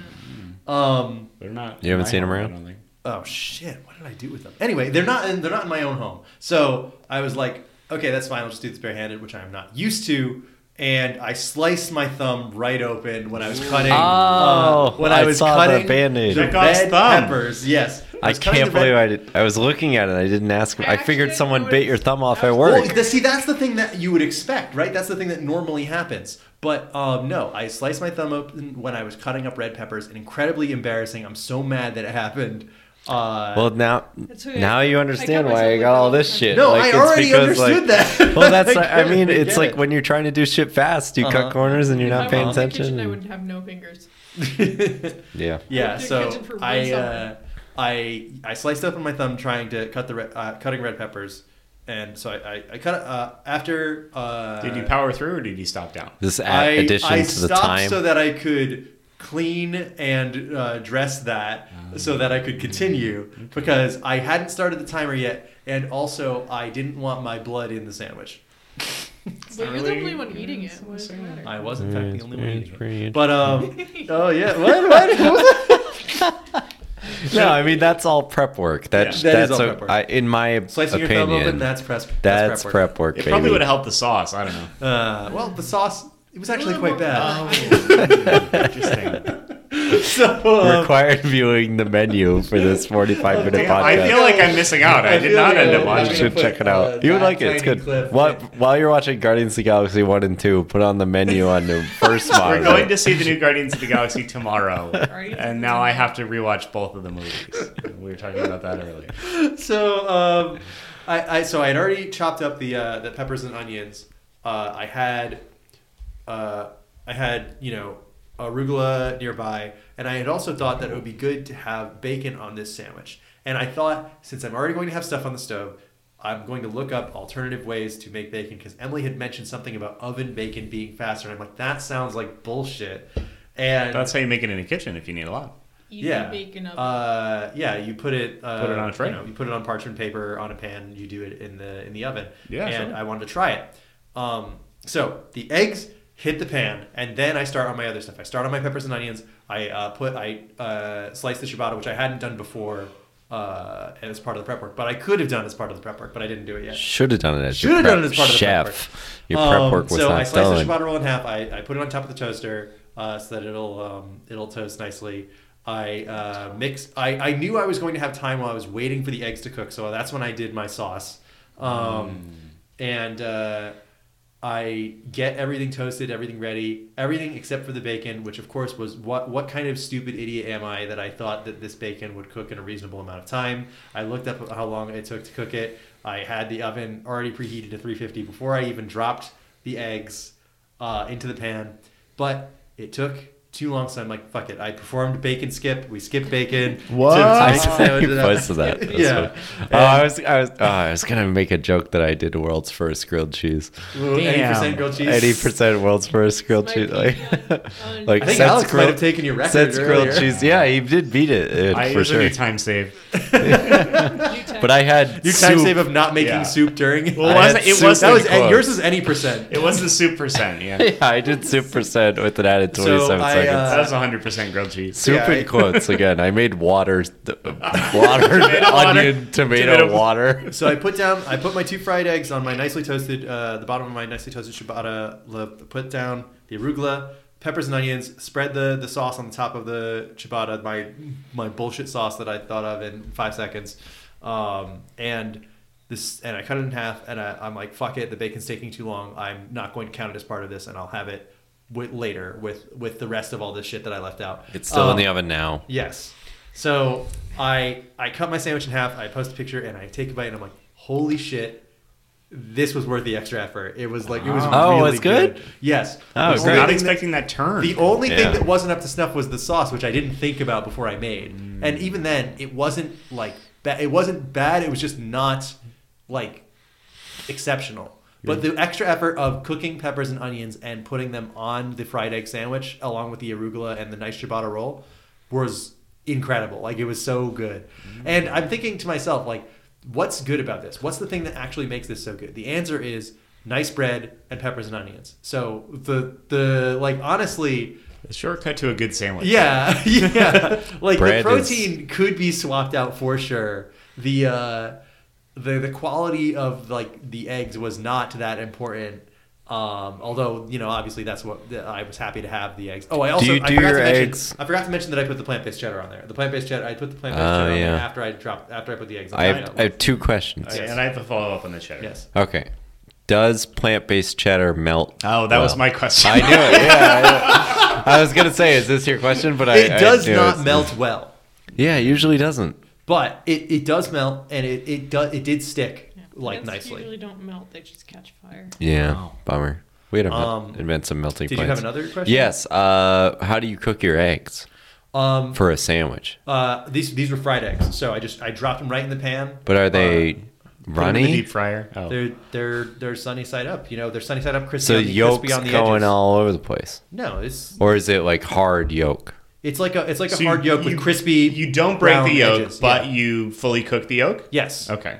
[SPEAKER 1] Um,
[SPEAKER 3] They're not.
[SPEAKER 2] You haven't
[SPEAKER 3] my
[SPEAKER 2] seen 'em
[SPEAKER 3] home,
[SPEAKER 2] around?
[SPEAKER 3] I don't think.
[SPEAKER 1] oh shit, what did I do with them? Anyway, they're not in, they're not in my own home. So I was like, okay, that's fine. I'll just do this barehanded, which I'm not used to. And I sliced my thumb right open when I was cutting. uh,
[SPEAKER 2] Oh,
[SPEAKER 1] when
[SPEAKER 2] I
[SPEAKER 1] I was
[SPEAKER 2] saw the
[SPEAKER 1] cutting
[SPEAKER 2] bandage.
[SPEAKER 1] the
[SPEAKER 3] Chekhov's
[SPEAKER 1] red
[SPEAKER 3] thumb.
[SPEAKER 1] peppers. Yes,
[SPEAKER 2] I
[SPEAKER 1] was cutting
[SPEAKER 2] can't
[SPEAKER 1] the red
[SPEAKER 2] believe I did. I was looking at it. I didn't ask. him. I figured
[SPEAKER 4] Actually,
[SPEAKER 2] someone
[SPEAKER 4] no,
[SPEAKER 2] bit
[SPEAKER 4] it's-
[SPEAKER 2] your thumb off at
[SPEAKER 4] Well,
[SPEAKER 2] work.
[SPEAKER 1] Well, the, see, that's the thing that you would expect, right? That's the thing that normally happens. But um, no, I sliced my thumb open when I was cutting up red peppers, and incredibly embarrassing. I'm so mad that it happened. Uh,
[SPEAKER 2] Well, now
[SPEAKER 4] That's okay.
[SPEAKER 2] now you
[SPEAKER 4] I
[SPEAKER 2] understand
[SPEAKER 4] got
[SPEAKER 2] why I
[SPEAKER 4] myself
[SPEAKER 2] got
[SPEAKER 4] with
[SPEAKER 2] all
[SPEAKER 4] that.
[SPEAKER 2] this shit.
[SPEAKER 1] No, I already understood that.
[SPEAKER 2] [laughs] Well, that's
[SPEAKER 1] [laughs] I
[SPEAKER 2] I,
[SPEAKER 1] get it,
[SPEAKER 2] mean,
[SPEAKER 1] I
[SPEAKER 2] it's
[SPEAKER 1] get
[SPEAKER 2] like
[SPEAKER 1] it.
[SPEAKER 2] when you're trying to do shit fast, you
[SPEAKER 1] Uh-huh.
[SPEAKER 2] cut corners and you're
[SPEAKER 4] If
[SPEAKER 2] not
[SPEAKER 4] I
[SPEAKER 2] paying
[SPEAKER 4] was in the kitchen,
[SPEAKER 2] attention.
[SPEAKER 4] I would have no fingers.
[SPEAKER 2] yeah.
[SPEAKER 1] yeah,
[SPEAKER 4] Worked in
[SPEAKER 1] so
[SPEAKER 4] kitchen for one
[SPEAKER 1] I, uh,
[SPEAKER 4] summer.
[SPEAKER 1] I I sliced open my thumb trying to cut the red, uh, cutting red peppers, and so I I, I cut uh, after. Uh,
[SPEAKER 3] Did you power through or did you stop down?
[SPEAKER 2] This
[SPEAKER 1] I,
[SPEAKER 2] add addition
[SPEAKER 1] I
[SPEAKER 2] to the
[SPEAKER 1] stopped
[SPEAKER 2] time.
[SPEAKER 1] so that I could clean and uh, dress that so that I could
[SPEAKER 2] Mm.
[SPEAKER 1] continue because I hadn't started the timer yet, and also I didn't want my blood in the sandwich.
[SPEAKER 4] But you're the
[SPEAKER 3] really-
[SPEAKER 4] only one eating it. What does it matter?
[SPEAKER 1] I was in fact the only one
[SPEAKER 2] it's
[SPEAKER 1] eating
[SPEAKER 2] pretty
[SPEAKER 1] it. But
[SPEAKER 2] [laughs]
[SPEAKER 1] um, oh yeah, what what? what was that?
[SPEAKER 2] no, I mean that's all prep work. That,
[SPEAKER 1] Yeah. That is
[SPEAKER 2] that's
[SPEAKER 1] all
[SPEAKER 2] a-
[SPEAKER 1] prep work.
[SPEAKER 2] I- in my
[SPEAKER 1] Slicing your
[SPEAKER 2] opinion,
[SPEAKER 1] thumb open. That's press.
[SPEAKER 2] that's, prep work.
[SPEAKER 3] It probably
[SPEAKER 2] baby.
[SPEAKER 3] would have helped the sauce. I don't know.
[SPEAKER 1] Uh, well, the sauce it was actually quite bad.
[SPEAKER 3] [laughs] [laughs] Interesting.
[SPEAKER 1] [laughs] So um,
[SPEAKER 2] required viewing the menu for this 45 minute
[SPEAKER 1] [laughs]
[SPEAKER 3] Damn, I
[SPEAKER 2] podcast.
[SPEAKER 3] feel like I'm missing out. I,
[SPEAKER 1] I
[SPEAKER 3] did
[SPEAKER 1] feel
[SPEAKER 3] not
[SPEAKER 1] like
[SPEAKER 3] end
[SPEAKER 1] I'm
[SPEAKER 3] up
[SPEAKER 2] You
[SPEAKER 1] I'm
[SPEAKER 3] watching.
[SPEAKER 1] gonna
[SPEAKER 2] should
[SPEAKER 1] put,
[SPEAKER 2] check it
[SPEAKER 1] uh,
[SPEAKER 2] out. You would
[SPEAKER 1] that
[SPEAKER 2] like it. It's
[SPEAKER 1] tiny
[SPEAKER 2] good.
[SPEAKER 1] clip
[SPEAKER 2] While,
[SPEAKER 1] in.
[SPEAKER 2] while you're watching Guardians of the Galaxy 1 and 2, put on the menu
[SPEAKER 1] [laughs]
[SPEAKER 2] on the first
[SPEAKER 3] We're
[SPEAKER 2] monitor.
[SPEAKER 3] going to see the new Guardians of the Galaxy tomorrow,
[SPEAKER 4] Right.
[SPEAKER 3] and now I have to rewatch both of the movies. We were talking about that earlier.
[SPEAKER 1] so um, I, I so I had already chopped up the uh, the peppers and onions. Uh, I had uh, I had you know arugula nearby, and I had also thought that it would be good to have bacon on this sandwich. And I thought since I'm already going to have stuff on the stove. I'm going to look up alternative ways to make bacon because Emily had mentioned something about oven bacon being faster, and I'm like, that sounds like bullshit. And
[SPEAKER 3] That's how you make it in the kitchen if you need a lot.
[SPEAKER 4] Easy
[SPEAKER 1] yeah.
[SPEAKER 4] bacon oven.
[SPEAKER 1] Uh, yeah, you put it. Uh,
[SPEAKER 3] Put it on a tray.
[SPEAKER 1] You, know, you put it on parchment paper on a pan. You do it in the in the oven.
[SPEAKER 3] Yeah,
[SPEAKER 1] And
[SPEAKER 3] sure.
[SPEAKER 1] I wanted to try it. Um, so the eggs hit the pan, and then I start on my other stuff. I start on my peppers and onions. I uh, put I uh, slice the ciabatta, which I hadn't done before uh, as part of the prep work, but I could have done as part of the prep work, but I didn't do it yet.
[SPEAKER 2] Should have done it as
[SPEAKER 1] Should
[SPEAKER 2] your
[SPEAKER 1] have done
[SPEAKER 2] prep
[SPEAKER 1] it as part of the prep
[SPEAKER 2] chef.
[SPEAKER 1] work.
[SPEAKER 2] Your prep
[SPEAKER 1] Um,
[SPEAKER 2] work was
[SPEAKER 1] so I
[SPEAKER 2] not
[SPEAKER 1] slice
[SPEAKER 2] done.
[SPEAKER 1] the ciabatta roll in half. I, I put it on top of the toaster uh, so that it'll um, it'll toast nicely. I uh, mix. I, I knew I was going to have time while I was waiting for the eggs to cook, so that's when I did my sauce. Um, And uh, I get everything toasted, everything ready, everything except for the bacon, which of course was what what kind of stupid idiot am I that I thought that this bacon would cook in a reasonable amount of time? I looked up how long it took to cook it. I had the oven already preheated to 350 before I even dropped the eggs uh, into the pan, but it took too long, so I'm like, fuck it. I performed bacon skip. We skipped bacon.
[SPEAKER 2] What?
[SPEAKER 1] To, to
[SPEAKER 2] I
[SPEAKER 1] make the sandwich. uh,
[SPEAKER 2] posted that. That's
[SPEAKER 1] yeah.
[SPEAKER 2] funny. Oh, I was, I was, oh, I was gonna make a joke that I did world's first grilled cheese.
[SPEAKER 1] [laughs] Ooh, 80%
[SPEAKER 3] Damn.
[SPEAKER 1] grilled cheese.
[SPEAKER 2] Eighty percent world's first grilled
[SPEAKER 4] My uh,
[SPEAKER 2] cheese. Like, [laughs]
[SPEAKER 4] peanut on-
[SPEAKER 2] like
[SPEAKER 1] I think
[SPEAKER 2] since
[SPEAKER 1] Alex might
[SPEAKER 2] grilled-
[SPEAKER 1] have taken your record
[SPEAKER 2] since grilled
[SPEAKER 1] earlier.
[SPEAKER 2] cheese. Yeah, he did beat it uh,
[SPEAKER 3] I
[SPEAKER 2] for
[SPEAKER 3] usually
[SPEAKER 2] sure.
[SPEAKER 3] do time save.
[SPEAKER 4] New
[SPEAKER 2] But I had
[SPEAKER 1] Your time
[SPEAKER 2] soup.
[SPEAKER 1] save of not making
[SPEAKER 3] Yeah.
[SPEAKER 1] soup during.
[SPEAKER 3] Well,
[SPEAKER 2] I
[SPEAKER 3] wasn't-
[SPEAKER 2] had
[SPEAKER 3] it
[SPEAKER 2] soup
[SPEAKER 3] wasn't-
[SPEAKER 1] that was
[SPEAKER 2] and
[SPEAKER 1] and yours
[SPEAKER 2] quotes.
[SPEAKER 1] is any percent.
[SPEAKER 3] It was the soup percent,
[SPEAKER 2] [laughs]
[SPEAKER 3] yeah.
[SPEAKER 2] yeah, I did soup percent with an added
[SPEAKER 1] So
[SPEAKER 2] 27
[SPEAKER 1] I,
[SPEAKER 2] seconds.
[SPEAKER 1] uh,
[SPEAKER 3] That was 100% grilled cheese.
[SPEAKER 2] Soup
[SPEAKER 1] yeah,
[SPEAKER 2] and
[SPEAKER 1] I-
[SPEAKER 2] quotes again. I made water, th-
[SPEAKER 1] [laughs]
[SPEAKER 2] water,
[SPEAKER 3] Tomato water.
[SPEAKER 2] onion, tomato,
[SPEAKER 3] Tomato-
[SPEAKER 2] water.
[SPEAKER 1] So I put down, I put my two fried eggs on my nicely toasted, uh, the bottom of my nicely toasted ciabatta. le- Put down the arugula, peppers and onions. Spread the the sauce on the top of the ciabatta, my my bullshit sauce that I thought of in five seconds, um, and this, and I cut it in half. And I, I'm like, fuck it, the bacon's taking too long. I'm not going to count it as part of this, and I'll have it with, later with with the rest of all this shit that I left out.
[SPEAKER 2] It's still in
[SPEAKER 1] Um,
[SPEAKER 2] the oven now.
[SPEAKER 1] Yes. So I I cut my sandwich in half. I post a picture and I take a bite and I'm like, holy shit, this was worth the extra effort. It was like it was
[SPEAKER 2] Oh,
[SPEAKER 1] really
[SPEAKER 2] it's good?
[SPEAKER 1] Yes.
[SPEAKER 2] Oh,
[SPEAKER 1] The
[SPEAKER 2] great.
[SPEAKER 1] only
[SPEAKER 3] Not
[SPEAKER 1] thing
[SPEAKER 3] expecting that turn.
[SPEAKER 1] that- The only
[SPEAKER 2] Yeah.
[SPEAKER 1] thing that wasn't up to snuff was the sauce, which I didn't think about before I made. And even then, it wasn't like ba- it wasn't bad. It was just not like exceptional. But the extra effort of cooking peppers and onions and putting them on the fried egg sandwich, along with the arugula and the nice ciabatta roll, was incredible. Like it was so good. And I'm thinking to myself, like, what's good about this? What's the thing that actually makes this so good? The answer is nice bread and peppers and onions. So the the like honestly,
[SPEAKER 3] A shortcut to a good sandwich.
[SPEAKER 1] yeah, [laughs] yeah. Like
[SPEAKER 2] Bread
[SPEAKER 1] the
[SPEAKER 2] is-
[SPEAKER 1] protein could be swapped out for sure. The uh, the the quality of like the eggs was not that important. Um, although you know, obviously that's what that I was happy to have the eggs. Oh, I also
[SPEAKER 2] you
[SPEAKER 1] I
[SPEAKER 2] do
[SPEAKER 1] forgot
[SPEAKER 2] your
[SPEAKER 1] to mention,
[SPEAKER 2] eggs-
[SPEAKER 1] I forgot to mention that I put the plant based cheddar on there. The plant based cheddar, I put the plant based
[SPEAKER 2] Oh,
[SPEAKER 1] cheddar on
[SPEAKER 2] yeah.
[SPEAKER 1] there after I dropped after I put the eggs. on
[SPEAKER 2] I
[SPEAKER 1] there.
[SPEAKER 2] have, I have two questions.
[SPEAKER 1] Oh,
[SPEAKER 3] Okay, And I have to follow up on the cheddar.
[SPEAKER 1] yes.
[SPEAKER 2] Okay. Does plant based cheddar melt?
[SPEAKER 3] Oh, that was
[SPEAKER 2] well?
[SPEAKER 3] my question.
[SPEAKER 2] I knew it. Yeah. I, I was gonna say, is this your question? But I
[SPEAKER 1] It
[SPEAKER 2] I
[SPEAKER 1] does
[SPEAKER 2] knew
[SPEAKER 1] not
[SPEAKER 2] it's-
[SPEAKER 1] melt well.
[SPEAKER 2] Yeah, it usually doesn't.
[SPEAKER 1] But it, it does melt and it, it does it did stick like
[SPEAKER 4] Plants
[SPEAKER 1] nicely.
[SPEAKER 4] usually don't melt; they just catch fire.
[SPEAKER 2] Yeah, bummer. We had to
[SPEAKER 1] Oh. Um,
[SPEAKER 2] invent some melting
[SPEAKER 1] Did you
[SPEAKER 2] points.
[SPEAKER 1] have another question?
[SPEAKER 2] Yes. Uh, how do you cook your eggs
[SPEAKER 1] Um,
[SPEAKER 2] for a sandwich?
[SPEAKER 1] Uh, these these were fried eggs, so I just I dropped them right in the pan.
[SPEAKER 2] But are
[SPEAKER 1] Uh,
[SPEAKER 2] they
[SPEAKER 3] Put it [laughs] in the
[SPEAKER 2] runny?
[SPEAKER 3] deep fryer. Oh.
[SPEAKER 1] They're they're they're sunny side up. You know, they're sunny side up, crispy,
[SPEAKER 2] So
[SPEAKER 1] on the,
[SPEAKER 2] yolk's
[SPEAKER 1] crispy on the
[SPEAKER 2] going
[SPEAKER 1] edges.
[SPEAKER 2] all over the place,
[SPEAKER 1] No, it's
[SPEAKER 2] or is it like hard yolk?
[SPEAKER 1] it's like a it's like a
[SPEAKER 3] So
[SPEAKER 1] hard yolk with crispy.
[SPEAKER 3] You don't break the
[SPEAKER 1] brown
[SPEAKER 3] yolk,
[SPEAKER 1] edges.
[SPEAKER 3] but
[SPEAKER 1] Yeah.
[SPEAKER 3] you fully cook the yolk?
[SPEAKER 1] yes,
[SPEAKER 2] Yeah,
[SPEAKER 3] Okay.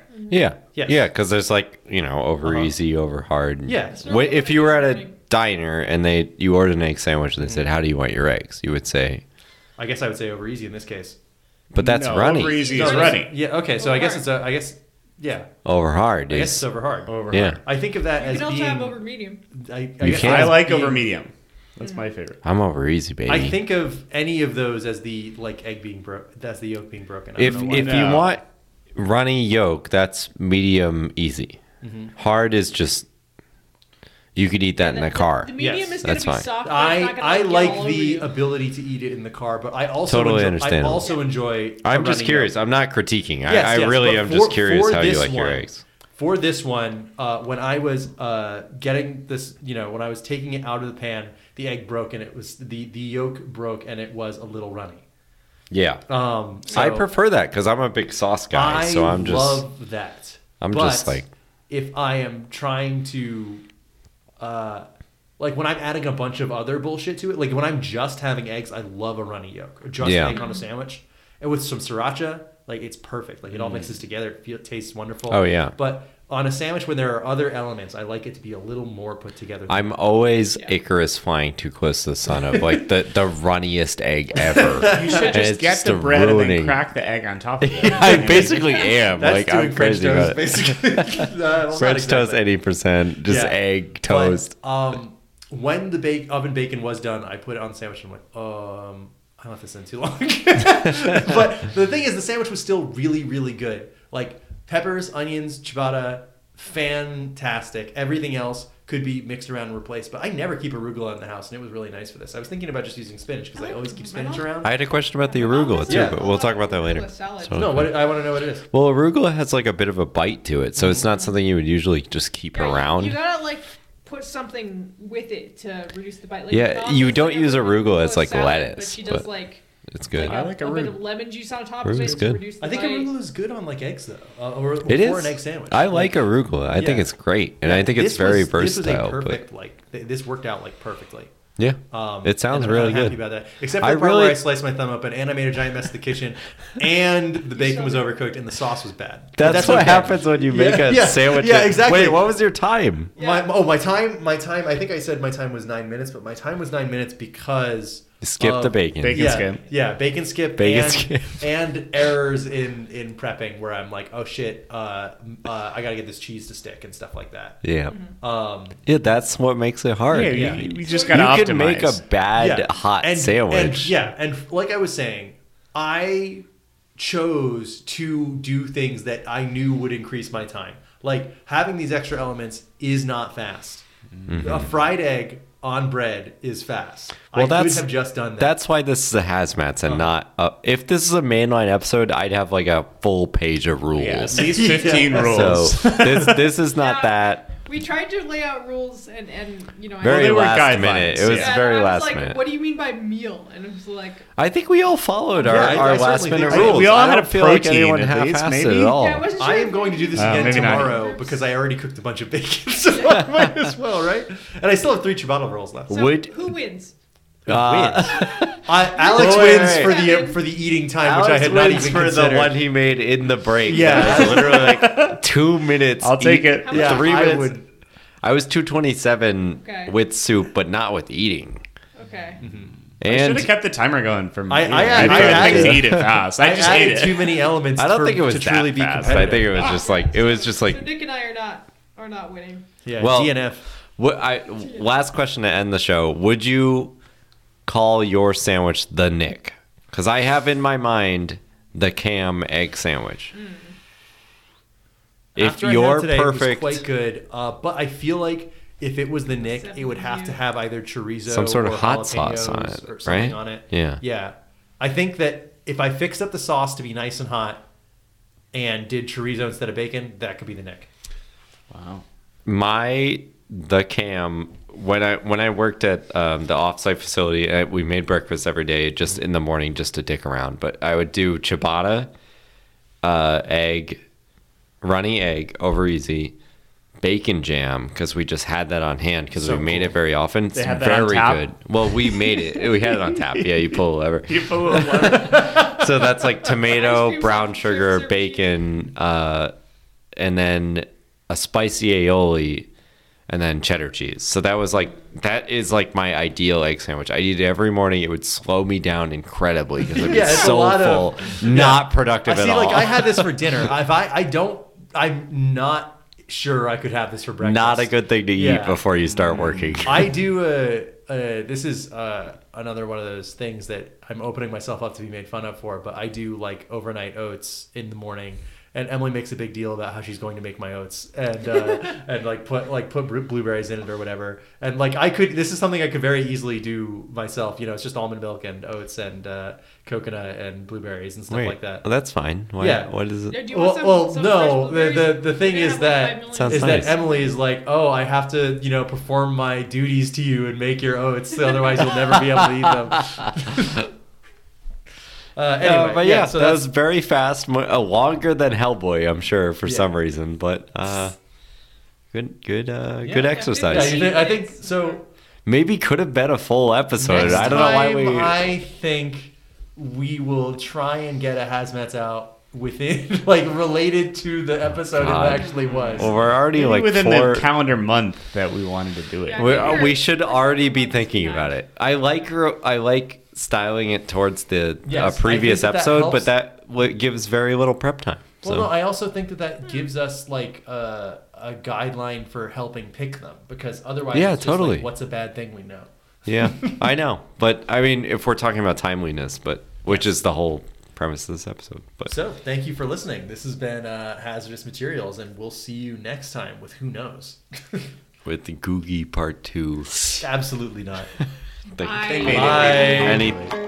[SPEAKER 1] Mm-hmm. Yes.
[SPEAKER 2] yeah, because there's like you know over
[SPEAKER 1] Uh-huh.
[SPEAKER 2] easy, over hard. and-
[SPEAKER 1] Yes.
[SPEAKER 2] Wh- if you were at a diner and they you ordered an egg sandwich
[SPEAKER 1] Mm-hmm.
[SPEAKER 2] and they said, "How do you want your eggs?" You would say,
[SPEAKER 1] I guess I would say over easy in this case.
[SPEAKER 2] "But that's
[SPEAKER 3] no,
[SPEAKER 2] runny."
[SPEAKER 3] Over easy
[SPEAKER 1] No,
[SPEAKER 3] is
[SPEAKER 1] it's-
[SPEAKER 3] runny.
[SPEAKER 1] Yeah. Okay. So I guess
[SPEAKER 4] Over
[SPEAKER 1] it's a I guess yeah.
[SPEAKER 2] Over hard
[SPEAKER 1] I guess it's
[SPEAKER 2] is
[SPEAKER 1] over hard.
[SPEAKER 3] Over
[SPEAKER 2] yeah.
[SPEAKER 3] hard.
[SPEAKER 1] I think of that
[SPEAKER 4] You
[SPEAKER 1] as
[SPEAKER 4] can also
[SPEAKER 1] being.
[SPEAKER 4] have over medium.
[SPEAKER 1] I, I,
[SPEAKER 2] You
[SPEAKER 1] guess
[SPEAKER 2] can.
[SPEAKER 1] as
[SPEAKER 3] I like
[SPEAKER 1] being-
[SPEAKER 3] over medium. That's my favorite.
[SPEAKER 2] I'm over easy, baby.
[SPEAKER 1] I think of any of those as the like egg being broke, as the yolk being broken. I don't
[SPEAKER 2] if
[SPEAKER 1] know why.
[SPEAKER 2] if you
[SPEAKER 3] No.
[SPEAKER 2] want runny yolk, that's medium easy.
[SPEAKER 1] Mm-hmm.
[SPEAKER 2] Hard is just you could eat that in a car.
[SPEAKER 4] The medium
[SPEAKER 1] Yes.
[SPEAKER 4] is going
[SPEAKER 2] That's
[SPEAKER 4] to be
[SPEAKER 2] fine.
[SPEAKER 4] soft. but it's
[SPEAKER 1] I
[SPEAKER 4] not gonna,
[SPEAKER 1] I
[SPEAKER 4] get all
[SPEAKER 1] like
[SPEAKER 4] over
[SPEAKER 1] the
[SPEAKER 4] you.
[SPEAKER 1] ability to eat it in the car, but I also
[SPEAKER 2] Totally
[SPEAKER 1] enjoy, I
[SPEAKER 2] understandable.
[SPEAKER 1] also enjoy.
[SPEAKER 2] I'm
[SPEAKER 1] a
[SPEAKER 2] just
[SPEAKER 1] runny
[SPEAKER 2] curious.
[SPEAKER 1] yolk.
[SPEAKER 2] I'm not critiquing. I,
[SPEAKER 1] Yes,
[SPEAKER 2] I
[SPEAKER 1] yes,
[SPEAKER 2] really
[SPEAKER 1] but
[SPEAKER 2] am
[SPEAKER 1] for-
[SPEAKER 2] just curious
[SPEAKER 1] for
[SPEAKER 2] how you
[SPEAKER 1] this
[SPEAKER 2] like your
[SPEAKER 1] one-
[SPEAKER 2] eggs.
[SPEAKER 1] For this one, uh, when I was uh, getting this, you know, when I was taking it out of the pan, the egg broke and it was the the yolk broke and it was a little runny.
[SPEAKER 2] Yeah.
[SPEAKER 1] Um,
[SPEAKER 2] I
[SPEAKER 1] so
[SPEAKER 2] prefer that because I'm a big sauce guy.
[SPEAKER 1] I
[SPEAKER 2] so I'm just
[SPEAKER 1] love that.
[SPEAKER 2] I'm
[SPEAKER 1] But
[SPEAKER 2] just like-
[SPEAKER 1] if I am trying to, uh, like when I'm adding a bunch of other bullshit to it, like when I'm just having eggs, I love a runny yolk or just
[SPEAKER 2] Yeah.
[SPEAKER 1] egg on a sandwich, and with some sriracha, like it's perfect. Like it all mixes together. It feel, tastes wonderful.
[SPEAKER 2] Oh, yeah.
[SPEAKER 1] But on a sandwich, when there are other elements, I like it to be a little more put together.
[SPEAKER 2] I'm always
[SPEAKER 4] Yeah.
[SPEAKER 2] Icarus flying too close to the sun of like the the runniest
[SPEAKER 1] [laughs]
[SPEAKER 2] egg ever.
[SPEAKER 3] You should
[SPEAKER 2] And
[SPEAKER 3] just
[SPEAKER 2] it's
[SPEAKER 3] get
[SPEAKER 2] just
[SPEAKER 3] the
[SPEAKER 2] a
[SPEAKER 3] bread and
[SPEAKER 2] ruining- [laughs]
[SPEAKER 3] then crack the egg on top of it.
[SPEAKER 2] I basically am
[SPEAKER 1] That's
[SPEAKER 2] like
[SPEAKER 1] doing
[SPEAKER 2] I'm
[SPEAKER 1] French
[SPEAKER 2] crazy
[SPEAKER 1] toast,
[SPEAKER 2] about it.
[SPEAKER 1] basically. [laughs] No, well, not
[SPEAKER 2] [laughs] French toast
[SPEAKER 1] exactly.
[SPEAKER 2] eighty percent, just
[SPEAKER 1] Yeah.
[SPEAKER 2] egg
[SPEAKER 1] But,
[SPEAKER 2] toast.
[SPEAKER 1] um, when the bake oven bacon was done, I put it on the sandwich and I'm like, um, I left this in too long. [laughs] but the thing is, the sandwich was still really, really good. Like peppers, onions, ciabatta, fantastic. Everything else could be mixed around and replaced. But I never keep arugula in the house, and it was really nice for this. I was thinking about just using spinach because I always keep spinach around.
[SPEAKER 2] I had a question about the arugula too,
[SPEAKER 1] Yeah.
[SPEAKER 2] but we'll talk about that later.
[SPEAKER 4] Arugula salad.
[SPEAKER 2] So-
[SPEAKER 1] no, what, I want to know what it is.
[SPEAKER 2] Well, arugula has like a bit of a bite to it, so it's not something you would usually just keep
[SPEAKER 4] Mm-hmm. Yeah, you-
[SPEAKER 2] around.
[SPEAKER 4] You gotta like put something with it to reduce the bite. Like,
[SPEAKER 2] Yeah,
[SPEAKER 4] my mom
[SPEAKER 2] you
[SPEAKER 4] does,
[SPEAKER 2] don't
[SPEAKER 4] like,
[SPEAKER 2] use
[SPEAKER 4] a
[SPEAKER 2] arugula, it's
[SPEAKER 4] salad,
[SPEAKER 2] like
[SPEAKER 4] But
[SPEAKER 2] lettuce,
[SPEAKER 4] she does
[SPEAKER 2] but
[SPEAKER 4] like,
[SPEAKER 2] it's good.
[SPEAKER 4] like, a,
[SPEAKER 3] like
[SPEAKER 4] a bit
[SPEAKER 3] arugula.
[SPEAKER 4] of lemon juice on top of it
[SPEAKER 2] Arugula's
[SPEAKER 4] to
[SPEAKER 2] good.
[SPEAKER 4] reduce the
[SPEAKER 1] I think
[SPEAKER 4] bite.
[SPEAKER 1] arugula is good on like eggs though, uh, or, or
[SPEAKER 2] it is
[SPEAKER 1] an egg sandwich.
[SPEAKER 2] I like arugula. I think
[SPEAKER 1] Yeah.
[SPEAKER 2] it's great, and I think it's
[SPEAKER 1] This
[SPEAKER 2] very
[SPEAKER 1] was-
[SPEAKER 2] versatile.
[SPEAKER 1] This was a
[SPEAKER 2] but
[SPEAKER 1] perfect like th- this worked out like perfectly.
[SPEAKER 2] Yeah.
[SPEAKER 1] Um,
[SPEAKER 2] It sounds
[SPEAKER 1] and I'm not
[SPEAKER 2] really
[SPEAKER 1] happy
[SPEAKER 2] good.
[SPEAKER 1] About that, except for
[SPEAKER 2] I
[SPEAKER 1] the part where
[SPEAKER 2] really-
[SPEAKER 1] I sliced my thumb open and I made a giant mess of the kitchen, and the bacon was overcooked and the sauce was bad. But
[SPEAKER 2] That's, what
[SPEAKER 1] okay.
[SPEAKER 2] happens when you make
[SPEAKER 1] Yeah,
[SPEAKER 2] a
[SPEAKER 1] yeah,
[SPEAKER 2] sandwich.
[SPEAKER 1] yeah,
[SPEAKER 2] that-
[SPEAKER 1] exactly.
[SPEAKER 2] Wait, what was your time?
[SPEAKER 1] My,
[SPEAKER 4] Yeah.
[SPEAKER 1] oh, my time, my time. I think I said my time was nine minutes, but my time was nine minutes because
[SPEAKER 2] You skipped
[SPEAKER 1] of-
[SPEAKER 2] the bacon.
[SPEAKER 3] Bacon.
[SPEAKER 1] yeah,
[SPEAKER 3] skip.
[SPEAKER 1] Yeah, bacon skip.
[SPEAKER 2] Bacon
[SPEAKER 1] and,
[SPEAKER 2] skip.
[SPEAKER 1] and errors in in prepping where I'm like, oh shit, uh, uh, I gotta get this cheese to stick and stuff like that.
[SPEAKER 2] Yeah.
[SPEAKER 1] Um,
[SPEAKER 2] Yeah, that's what makes it hard.
[SPEAKER 3] Yeah,
[SPEAKER 1] Yeah.
[SPEAKER 3] You, you just
[SPEAKER 2] You
[SPEAKER 3] gotta optimize.
[SPEAKER 2] can make a bad
[SPEAKER 1] yeah.
[SPEAKER 2] hot
[SPEAKER 1] And-
[SPEAKER 2] sandwich.
[SPEAKER 1] and- yeah, and like I was saying, I chose to do things that I knew would increase my time. Like having these extra elements is not fast. A fried egg on bread is fast. I
[SPEAKER 2] Mm-hmm. Well, that's-
[SPEAKER 1] could have just done that. Uh-huh.
[SPEAKER 2] That's why this is a hazmat and not. A, if this is a mainline episode, I'd have like a full page of rules.
[SPEAKER 3] yeah, at
[SPEAKER 2] [laughs]
[SPEAKER 3] least fifteen
[SPEAKER 1] Yeah.
[SPEAKER 2] so
[SPEAKER 3] rules.
[SPEAKER 2] this this is
[SPEAKER 4] [laughs]
[SPEAKER 2] not
[SPEAKER 4] Yeah.
[SPEAKER 2] that
[SPEAKER 4] We tried to lay out rules and, and you know, I-
[SPEAKER 2] very
[SPEAKER 3] they were
[SPEAKER 2] last
[SPEAKER 3] guidelines,
[SPEAKER 2] minute. It was
[SPEAKER 3] yeah.
[SPEAKER 4] and I
[SPEAKER 2] very
[SPEAKER 4] was
[SPEAKER 2] last
[SPEAKER 4] like,
[SPEAKER 2] minute.
[SPEAKER 4] What do you mean by meal? And it was like,
[SPEAKER 2] I think we all followed our,
[SPEAKER 1] Yeah, I- I
[SPEAKER 2] our last
[SPEAKER 1] certainly
[SPEAKER 2] minute
[SPEAKER 1] think so.
[SPEAKER 2] rules.
[SPEAKER 1] We
[SPEAKER 3] all
[SPEAKER 2] I
[SPEAKER 3] had
[SPEAKER 2] don't
[SPEAKER 3] a
[SPEAKER 2] feel like
[SPEAKER 3] protein
[SPEAKER 2] anyone
[SPEAKER 3] at least,
[SPEAKER 2] half-assed
[SPEAKER 3] maybe?
[SPEAKER 2] at
[SPEAKER 1] Oh,
[SPEAKER 2] all.
[SPEAKER 4] yeah, I wasn't sure
[SPEAKER 1] I am
[SPEAKER 4] if
[SPEAKER 1] going to
[SPEAKER 4] we-
[SPEAKER 1] do this
[SPEAKER 3] Uh,
[SPEAKER 1] again
[SPEAKER 3] maybe not.
[SPEAKER 1] tomorrow because I already cooked a bunch of bacon, [laughs] so I might as well, right? And I still have three ciabatta rolls left.
[SPEAKER 4] So
[SPEAKER 2] Would-
[SPEAKER 4] who wins?
[SPEAKER 2] Uh,
[SPEAKER 1] I, Alex
[SPEAKER 2] Wait,
[SPEAKER 1] wins
[SPEAKER 2] wait,
[SPEAKER 1] for
[SPEAKER 4] wait.
[SPEAKER 1] the for the eating time,
[SPEAKER 2] Alex
[SPEAKER 1] which I had not
[SPEAKER 2] wins
[SPEAKER 1] even
[SPEAKER 2] for
[SPEAKER 1] considered.
[SPEAKER 2] the one he made in the break. [laughs]
[SPEAKER 1] Yeah.
[SPEAKER 2] That was literally like two minutes.
[SPEAKER 3] I'll take
[SPEAKER 2] each-
[SPEAKER 3] it.
[SPEAKER 4] How much
[SPEAKER 1] [laughs] yeah,
[SPEAKER 2] Three
[SPEAKER 1] I
[SPEAKER 2] minutes.
[SPEAKER 1] would-
[SPEAKER 2] I was two twenty seven
[SPEAKER 4] Okay.
[SPEAKER 2] with soup, but not with eating.
[SPEAKER 4] Okay.
[SPEAKER 1] Mhm.
[SPEAKER 3] I should have
[SPEAKER 2] And
[SPEAKER 3] kept the timer going from.
[SPEAKER 1] I-
[SPEAKER 3] here.
[SPEAKER 1] I-
[SPEAKER 3] I,
[SPEAKER 1] I
[SPEAKER 3] tried to
[SPEAKER 1] added-
[SPEAKER 3] eat it fast. I,
[SPEAKER 1] I
[SPEAKER 3] just
[SPEAKER 1] added
[SPEAKER 3] ate it.
[SPEAKER 1] too
[SPEAKER 3] [laughs]
[SPEAKER 1] many elements.
[SPEAKER 2] I don't
[SPEAKER 1] for-
[SPEAKER 2] think it was
[SPEAKER 1] to
[SPEAKER 2] that
[SPEAKER 1] truly be
[SPEAKER 2] fast. I
[SPEAKER 1] competitive.
[SPEAKER 2] think it was just like it was just
[SPEAKER 4] So
[SPEAKER 2] like
[SPEAKER 4] Nick and I are not are not winning.
[SPEAKER 1] yeah,
[SPEAKER 2] well-
[SPEAKER 1] DNF.
[SPEAKER 2] What I last question to end the show. Would you call your sandwich the Nick? Because I have in my mind the cam egg sandwich. If
[SPEAKER 1] Hmm. After I had
[SPEAKER 2] you're
[SPEAKER 1] today,
[SPEAKER 2] perfect,
[SPEAKER 1] it was quite good. Uh, but I feel like if it was the Nick, it would have to
[SPEAKER 4] Seventy.
[SPEAKER 1] have either chorizo,
[SPEAKER 2] Some sort of
[SPEAKER 1] or
[SPEAKER 2] hot sauce on
[SPEAKER 1] jalapenos
[SPEAKER 2] it,
[SPEAKER 1] or something
[SPEAKER 2] right?
[SPEAKER 1] on it.
[SPEAKER 2] Yeah.
[SPEAKER 1] yeah. I think that if I fixed up the sauce to be nice and hot, and did chorizo instead of bacon, that could be the Nick.
[SPEAKER 3] Wow.
[SPEAKER 2] my the cam when I when I worked at um, the offsite facility, uh we made breakfast every day, just in the morning, just to dick around. But I would do ciabatta, uh, egg, runny egg over easy, bacon jam because we just had that on hand because
[SPEAKER 1] So
[SPEAKER 2] we made
[SPEAKER 1] cool.
[SPEAKER 2] it very often. It's
[SPEAKER 3] They had that
[SPEAKER 2] very
[SPEAKER 3] on tap?
[SPEAKER 2] good. Well, we made it. We had it on tap. Yeah, you pull whatever.
[SPEAKER 3] You put
[SPEAKER 2] [laughs]
[SPEAKER 3] a little lemon-
[SPEAKER 2] So that's
[SPEAKER 4] [laughs]
[SPEAKER 2] like
[SPEAKER 4] Ice
[SPEAKER 2] tomato,
[SPEAKER 4] cream,
[SPEAKER 2] brown
[SPEAKER 4] sausage,
[SPEAKER 2] sugar,
[SPEAKER 4] syrup,
[SPEAKER 2] bacon, uh, and then a spicy aioli, and then cheddar cheese. So that was like that is like my ideal egg sandwich. I eat it every morning. It would slow me down incredibly because I'd
[SPEAKER 1] [laughs] Yeah,
[SPEAKER 2] be
[SPEAKER 1] it's a
[SPEAKER 2] so
[SPEAKER 1] lot
[SPEAKER 2] full,
[SPEAKER 1] of-
[SPEAKER 2] not
[SPEAKER 1] I
[SPEAKER 2] productive
[SPEAKER 1] see.
[SPEAKER 2] at all.
[SPEAKER 1] Like I had this for dinner. If I, I don't, I'm not sure I could have this for breakfast.
[SPEAKER 2] [laughs] not a good thing to
[SPEAKER 1] Yeah.
[SPEAKER 2] eat before you start working.
[SPEAKER 1] [laughs] I do. Uh, uh, this is uh, another one of those things that I'm opening myself up to be made fun of for. But I do like overnight oats in the morning, and Emily makes a big deal about how she's going to make my oats and uh, and like put like put br- blueberries in it or whatever. And like I could, this is something I could very easily do myself. You know, it's just almond milk and oats and uh, coconut and blueberries and stuff
[SPEAKER 2] [laughs] Wait,
[SPEAKER 1] like that.
[SPEAKER 2] well, that's fine. Why,
[SPEAKER 1] Yeah.
[SPEAKER 2] What is
[SPEAKER 4] Yeah,
[SPEAKER 2] it?
[SPEAKER 4] do you want
[SPEAKER 1] Well,
[SPEAKER 4] some-
[SPEAKER 1] well
[SPEAKER 4] some fresh
[SPEAKER 1] no. The, the
[SPEAKER 4] blueberries?
[SPEAKER 1] the thing
[SPEAKER 4] They
[SPEAKER 1] is
[SPEAKER 4] have like five
[SPEAKER 1] that
[SPEAKER 4] million.
[SPEAKER 2] Sounds
[SPEAKER 1] is
[SPEAKER 2] nice.
[SPEAKER 1] that Emily is like, oh, I have to, you know, perform my duties to you and make your oats, otherwise you'll never be able to eat them.
[SPEAKER 2] [laughs]
[SPEAKER 1] uh, anyway,
[SPEAKER 2] Uh, but yeah,
[SPEAKER 1] so
[SPEAKER 2] that
[SPEAKER 1] that's
[SPEAKER 2] was very fast, mo- uh, longer than Hellboy, I'm sure, for
[SPEAKER 1] Yeah.
[SPEAKER 2] some reason. But uh, good, good, uh,
[SPEAKER 1] Yeah.
[SPEAKER 2] good
[SPEAKER 1] Yeah,
[SPEAKER 2] exercise.
[SPEAKER 1] yeah, you think, I think so.
[SPEAKER 2] Maybe could have been a full episode.
[SPEAKER 1] Next
[SPEAKER 2] I don't know why
[SPEAKER 1] time,
[SPEAKER 2] we.
[SPEAKER 1] I think we will try and get a hazmat out within, [laughs] like, related to the episode
[SPEAKER 2] God.
[SPEAKER 1] it actually was.
[SPEAKER 2] well, we're already
[SPEAKER 3] Maybe
[SPEAKER 2] like
[SPEAKER 3] within
[SPEAKER 2] four.
[SPEAKER 3] the calendar month that we wanted to do it.
[SPEAKER 4] Yeah.
[SPEAKER 2] we uh,
[SPEAKER 4] Yeah.
[SPEAKER 2] we should already be thinking about it. I like her- I like styling it towards the
[SPEAKER 1] Yes, I
[SPEAKER 2] uh,
[SPEAKER 1] think
[SPEAKER 2] previous
[SPEAKER 1] that that
[SPEAKER 2] episode,
[SPEAKER 1] helps.
[SPEAKER 2] but that w- gives very little prep time. So
[SPEAKER 1] Well, no, I also think that that gives us like a, a guideline for helping pick them because otherwise,
[SPEAKER 2] Yeah,
[SPEAKER 1] it's just, like,
[SPEAKER 2] totally.
[SPEAKER 1] what's a bad thing we know? [laughs]
[SPEAKER 2] yeah, I know. But I mean, if we're talking about timeliness, but which is the whole premise of this episode, but.
[SPEAKER 1] So, thank you for listening. This has been uh, Hazardous Materials, and we'll see you next time with Who Knows? [laughs]
[SPEAKER 2] with the Googie Part Two.
[SPEAKER 1] Absolutely not.
[SPEAKER 2] Thank
[SPEAKER 4] I-
[SPEAKER 2] you.
[SPEAKER 4] Bye.
[SPEAKER 2] Any-